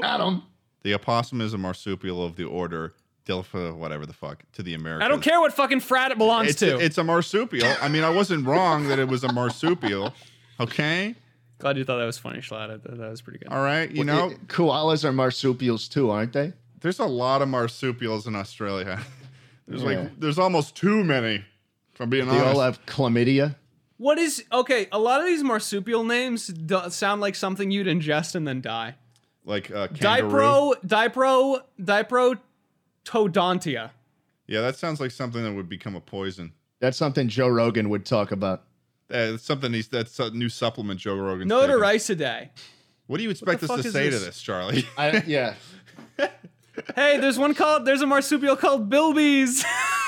A: Oh.
B: Adam.
C: the opossum is a marsupial of the order Dilpha, whatever the fuck, to the Americans.
A: I don't care what fucking frat it belongs
C: it's,
A: to.
C: it's a marsupial. I mean, I wasn't wrong that it was a marsupial. Okay.
A: Glad you thought that was funny, Schlatt. I thought that was pretty good.
C: All right. You know,
B: Eh, koalas are marsupials too, aren't they?
C: there's a lot of marsupials in Australia. There's
B: Yeah.
C: like, there's almost too many, if I'm being
A: Uh,
B: They all
C: honest.
B: have chlamydia.
A: What is okay? A lot of these marsupial names do, sound like something you'd ingest and then die.
C: Like, uh, kangaroo.
A: Dipro, dipro, diprotodontia.
C: Yeah, that sounds like something that would become a poison.
B: That's something Joe Rogan would talk about.
C: Uh, it's something he's, that's a new supplement Joe Rogan.
A: Notaricidae.
C: What do you expect
A: the
C: us to
A: fuck is
C: say
A: this?
C: to this, Charlie?
B: I, yeah,
A: Hey, there's one called. There's a marsupial called bilbies.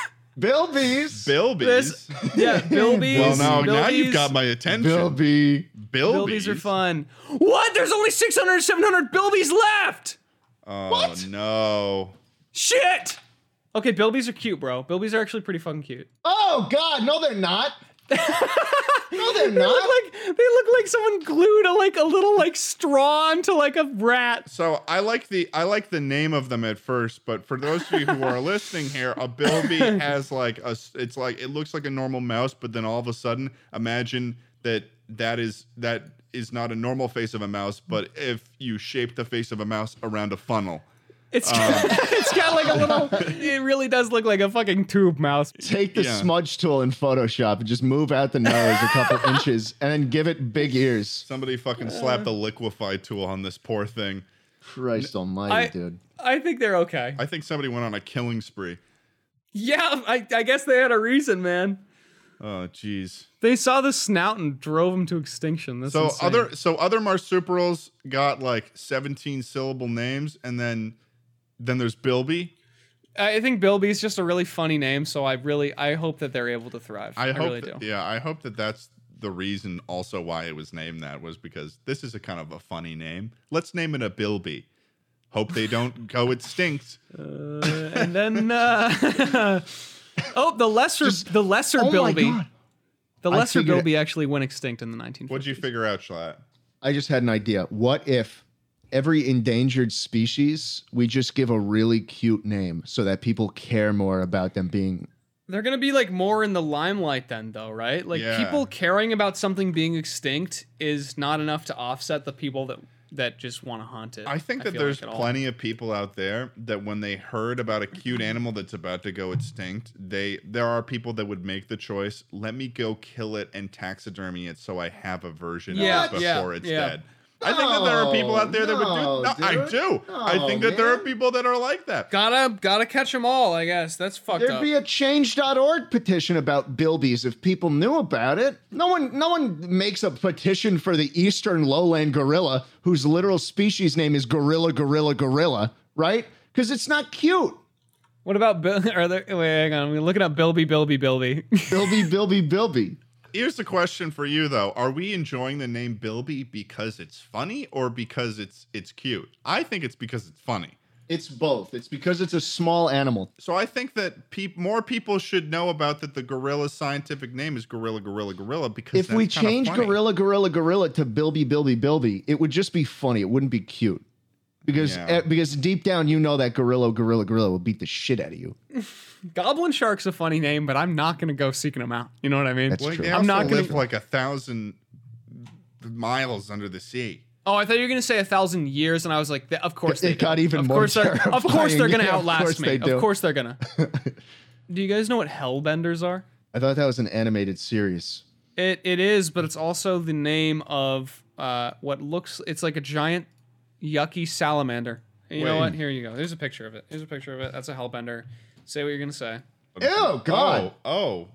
B: Bilbies.
C: Bilbies.
A: yeah, bilbies.
C: Well, now, Oh, now
A: bilbies.
C: you've got my attention.
B: Bilby.
C: Bilbies,
A: Bilbies are fun. What? There's only 600, 700 bilbies left.
C: Oh
B: What?
C: no!
A: Shit. Okay, bilbies are cute, bro. Bilbies are actually pretty fucking cute.
B: Oh God, no, they're not. no, they're
A: They
B: not.
A: look like they look like someone glued a like a little like straw onto like a rat.
C: So I like the I like the name of them at first, but for those of you who are listening here, a bilby has like a s- it's like it looks like a normal mouse, but then all of a sudden, imagine that that is that is not a normal face of a mouse, but if you shape the face of a mouse around a funnel,
B: Uh.
A: It's it's got like a little. It really does look like a fucking tube mouse.
B: Take the
C: Yeah.
B: smudge tool in Photoshop and just move out the nose a couple inches and then give it big ears.
C: Somebody fucking slapped a liquefy tool on this poor thing.
B: Christ almighty,
A: I-
B: dude.
A: I think they're okay.
C: I think somebody went on a killing spree.
A: Yeah, I, I guess they had a reason, man.
C: Oh, jeez.
A: They saw the snout and drove him to extinction. That's
C: So
A: insane.
C: other so other marsupials got like 17 syllable names, and then then there's Bilby.
A: I think Bilby's just a really funny name, so I really I hope that they're able to thrive. I,
C: I, hope
A: really
C: that,
A: do.
C: yeah, I hope that that's the reason also why it was named that was because this is a kind of a funny name. Let's name it a Bilby. Hope they don't go extinct.
A: Uh, and then uh, oh, the lesser the lesser
B: Oh my
A: Bilby,
B: God.
A: the
B: I
A: lesser
B: figured it-
A: Bilby actually went extinct in the 1950s.
C: What'd you figure out, Schlatt?
B: I just had an idea. What if every endangered species we just give a really cute name so that people care more about them being
A: They're gonna be like more in the limelight then, though, right? Like
C: Yeah.
A: people caring about something being extinct is not enough to offset the people that that just want to haunt it.
C: I think that
A: feel
C: there's
A: like at all.
C: plenty of people out there that when they heard about a cute animal that's about to go extinct, they there are people that would make the choice, let me go kill it and taxidermy it so I have a version
A: Yeah,
C: of it
A: yeah,
C: before it's
A: yeah.
C: dead. I think that there are people out there that would
B: No,
C: do no, I
B: dude.
C: do. I
B: No,
C: think that there are
B: man.
C: people that are like that.
A: Gotta gotta catch them all, I guess. That's fucked
B: There'd
A: up.
B: be a change.org petition about bilbies if people knew about it. No one no one makes a petition for the eastern lowland gorilla whose literal species name is gorilla gorilla gorilla, right? Cuz it's not cute.
A: what about Bill? Are there? Wait, hang on. I'm looking up Bilby, Bilby, Bilby.
B: Bilby bilby bilby.
C: Here's the question for you though. Are we enjoying the name Bilby because it's funny or because it's it's cute? I think it's because it's funny.
B: It's both. It's because it's a small animal.
C: So I think that peop- more people should know about that the gorilla's scientific name is gorilla, gorilla, gorilla because
B: If we
C: that's kinda
B: change
C: funny.
B: gorilla gorilla gorilla to bilby bilby bilby, it would just be funny. It wouldn't be cute. Because
C: Yeah.
B: eh, because deep down you know that gorilla gorilla gorilla will beat the shit out of you.
A: Goblin Shark's a funny name, but I'm not gonna go seeking them out. You know what I mean?
B: That's
C: Well,
B: true.
C: they
A: I'm
C: also
A: not gonna-
C: live like a thousand miles under the sea.
A: Oh, I thought you were gonna say a thousand years, and I was like, th- of course they
B: It got
A: do.
B: even
A: of
B: more
A: Course they're- of course they're
B: terrifying.
A: gonna
B: Yeah, of
A: outlast
B: course
A: me.
B: they
A: Of
B: do.
A: course they're gonna. do you guys know what Hellbenders are?
B: I thought that was an animated series.
A: It it is, but it's also the name of uh, what looks. It's like a giant, yucky salamander. And you know
C: Wait.
A: what? Here you go. There's a picture of it. Here's a picture of it. That's a hellbender. Say what you're gonna say.
B: Ew, God.
C: Oh, oh.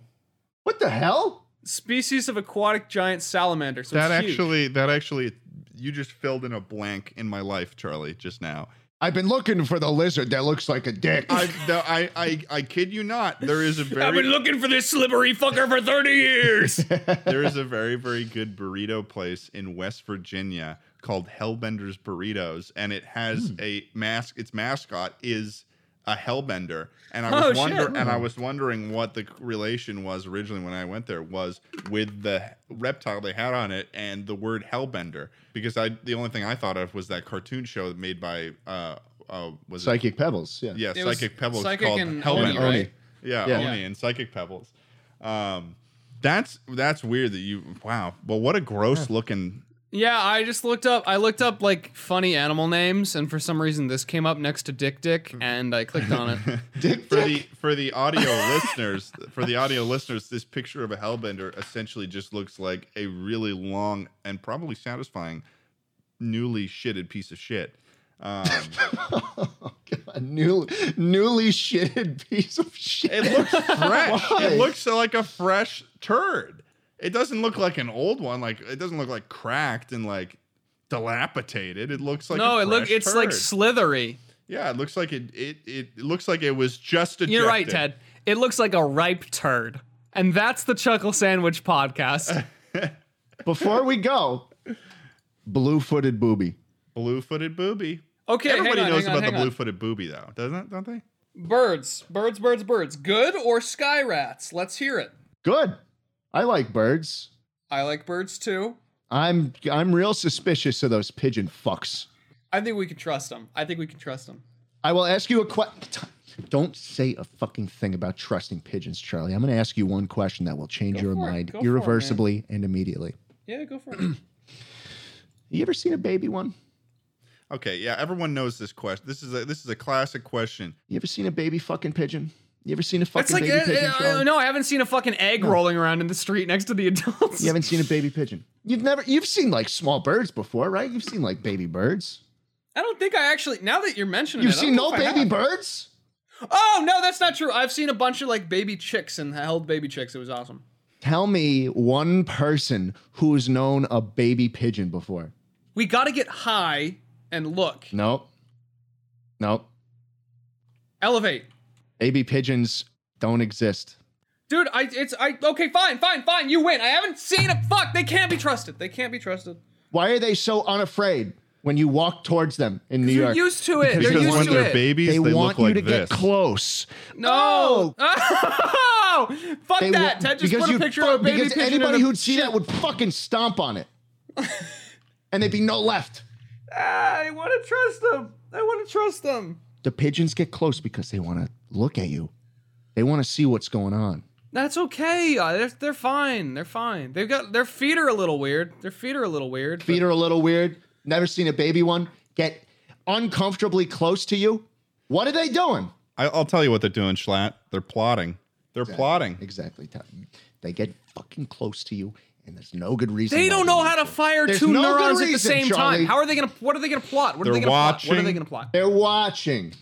B: What the hell?
A: Species of aquatic giant salamander. So
C: that
A: it's huge.
C: actually, that actually, you just filled in a blank in my life, Charlie, just now.
B: I've been looking for the lizard that looks like a dick.
C: I, no, I, I, I kid you not. There is a
A: I've been
C: very,
A: looking for this slippery fucker for thirty years.
C: there is a very, very good burrito place in West Virginia called Hellbenders Burritos, and it has
A: Hmm.
C: a mask. Its mascot is a hellbender, and I
A: Oh,
C: was wonder,
A: shit.
C: and I was wondering what the relation was originally when I went there was with the reptile they had on it and the word hellbender, because I the only thing I thought of was that cartoon show made by uh, uh was it
B: Psychic pebbles. Yeah.
C: yeah
A: It was
C: psychic pebbles
A: Psychic
C: called
A: and
C: hellbender
A: Oni,
B: Oni.
A: right?
C: yeah,
B: Yeah.
C: Oni and Psychic Pebbles. Um, that's that's weird that you wow. Well, what a gross looking.
A: Yeah, I just looked up. I looked up like funny animal names, and for some reason this came up next to Dick Dick,
C: Mm.
A: and I clicked on it.
B: Dick
C: For
B: dick.
C: the for the audio listeners, for the audio listeners, this picture of a hellbender essentially just looks like a really long and probably satisfying newly shitted piece of shit. Um,
B: a new, newly shitted piece of shit.
C: it looks fresh.
B: Why?
C: It looks like a fresh turd. It doesn't look like an old one. Like it doesn't look like cracked and like dilapidated. It looks like
A: no,
C: a
A: it look,
C: fresh
A: it's like
C: turd.
A: slithery.
C: Yeah, it looks like it. It, it, it looks like it was just a.
A: You're right, Ted. It looks like a ripe turd. And that's the Chuckle Sandwich podcast.
B: Before we go, blue-footed booby.
C: Blue-footed booby.
A: Okay,
C: Everybody
A: hang on,
C: knows
A: hang on,
C: about the
A: hang on.
C: blue-footed booby, though, doesn't it? Don't they?
A: Birds, birds, birds, birds. Good or sky rats? Let's hear it.
B: Good. I like birds.
A: I like birds too.
B: I'm I'm real suspicious of those pigeon fucks.
A: I think we can trust them. I think we can trust them.
B: I will ask you a question. Don't say a fucking thing about trusting pigeons, Charlie. I'm going to ask you one question that will change your
A: for it.
B: mind
A: Go for it, man.
B: irreversibly and immediately.
A: Yeah, go for it.
B: You ever seen a baby one?
C: Okay, yeah, everyone knows this question. This is a this is a classic question.
B: You ever seen a baby fucking pigeon? You ever seen a
A: That's
B: fucking
A: like,
B: baby
A: uh,
B: pigeon?
A: uh,
B: Charlie?
A: no, I haven't seen a fucking egg rolling around in the street next to the adults.
B: You haven't seen a baby pigeon. You've never. You've seen like small birds before, right? You've seen like baby birds.
A: I don't think I actually. Now that you're mentioning,
B: You've
A: it, I don't
B: seen
A: know
B: no
A: if I
B: baby
A: have.
B: birds.
A: Oh no, that's not true. I've seen a bunch of like baby chicks and held baby chicks. It was awesome.
B: Tell me one person who's known a baby pigeon before.
A: We got to get high and look.
B: Nope. Nope.
A: Elevate.
B: Baby pigeons don't exist.
A: Dude, I it's I okay, fine, fine, fine. You win. I haven't seen a fuck. They can't be trusted. They can't be trusted.
B: Why are they so unafraid when you walk towards them in New
A: You're
B: York?
A: used to it.
B: Because
A: You're
C: Because
A: used
C: when
A: to
C: they're
A: it.
C: babies,
B: they
C: they,
B: want
C: look
B: you
C: like
B: to
C: this.
B: get close.
A: no. fuck
B: They
A: that.
B: want-
A: Ted just
B: because
A: put a
B: you'd
A: picture
B: fu-
A: of a baby
B: because
A: pigeon. in
B: anybody
A: a-
B: who'd see that would fucking stomp on it, and there'd be no left.
A: Ah, I want to trust them. I want to trust them.
B: The pigeons get close because they want to look at you. They want to see what's going on.
A: That's okay. Uh, They're, they're fine. They're fine. They've got their feet are a little weird. Their feet are a little weird. but-
B: Feet are a little weird. Never seen a baby one get uncomfortably close to you. What are they doing?
C: I, I'll tell you what they're doing, Schlatt. They're plotting. They're plotting.
B: Exactly, Todd. They get fucking close to you, and there's no good reason.
A: They
B: why
A: don't know
B: need
A: how to fire
B: There's
A: two
B: no good
A: neurons at the
B: reason,
A: same
B: Charlie.
A: time. How are they gonna? What are they gonna plot? What are
C: They're
A: they gonna plot? What are they
C: watching.
A: gonna plot?
B: They're watching.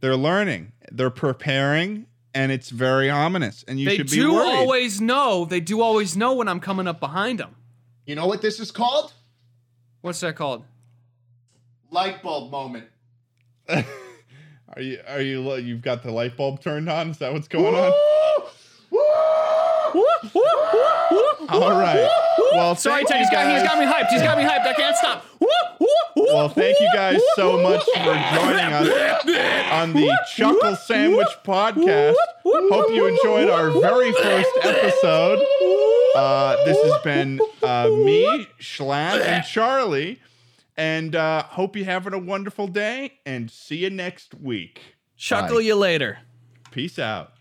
C: They're learning. They're preparing, and it's very ominous. And you
A: They
C: should be
A: do
C: worried.
A: always know. They do always know when I'm coming up behind them.
B: You know what this is called?
A: What's that called?
B: Light bulb moment.
C: Are you? Are you? lo- You've got the light bulb turned on. Is that what's going on? All right. Well,
A: Sorry,
C: thank
A: Ted.
C: you
A: He's got, he's
C: guys.
A: got me hyped. He's got me hyped. I can't stop.
C: Well, thank you guys so much for joining us on the Chuckle Sandwich Podcast. Hope you enjoyed our very first episode. Uh, this has been uh, me, Schlatt, and Charlie. And uh, hope you're having a wonderful day and see you next week.
A: Chuckle you later.
C: Peace out.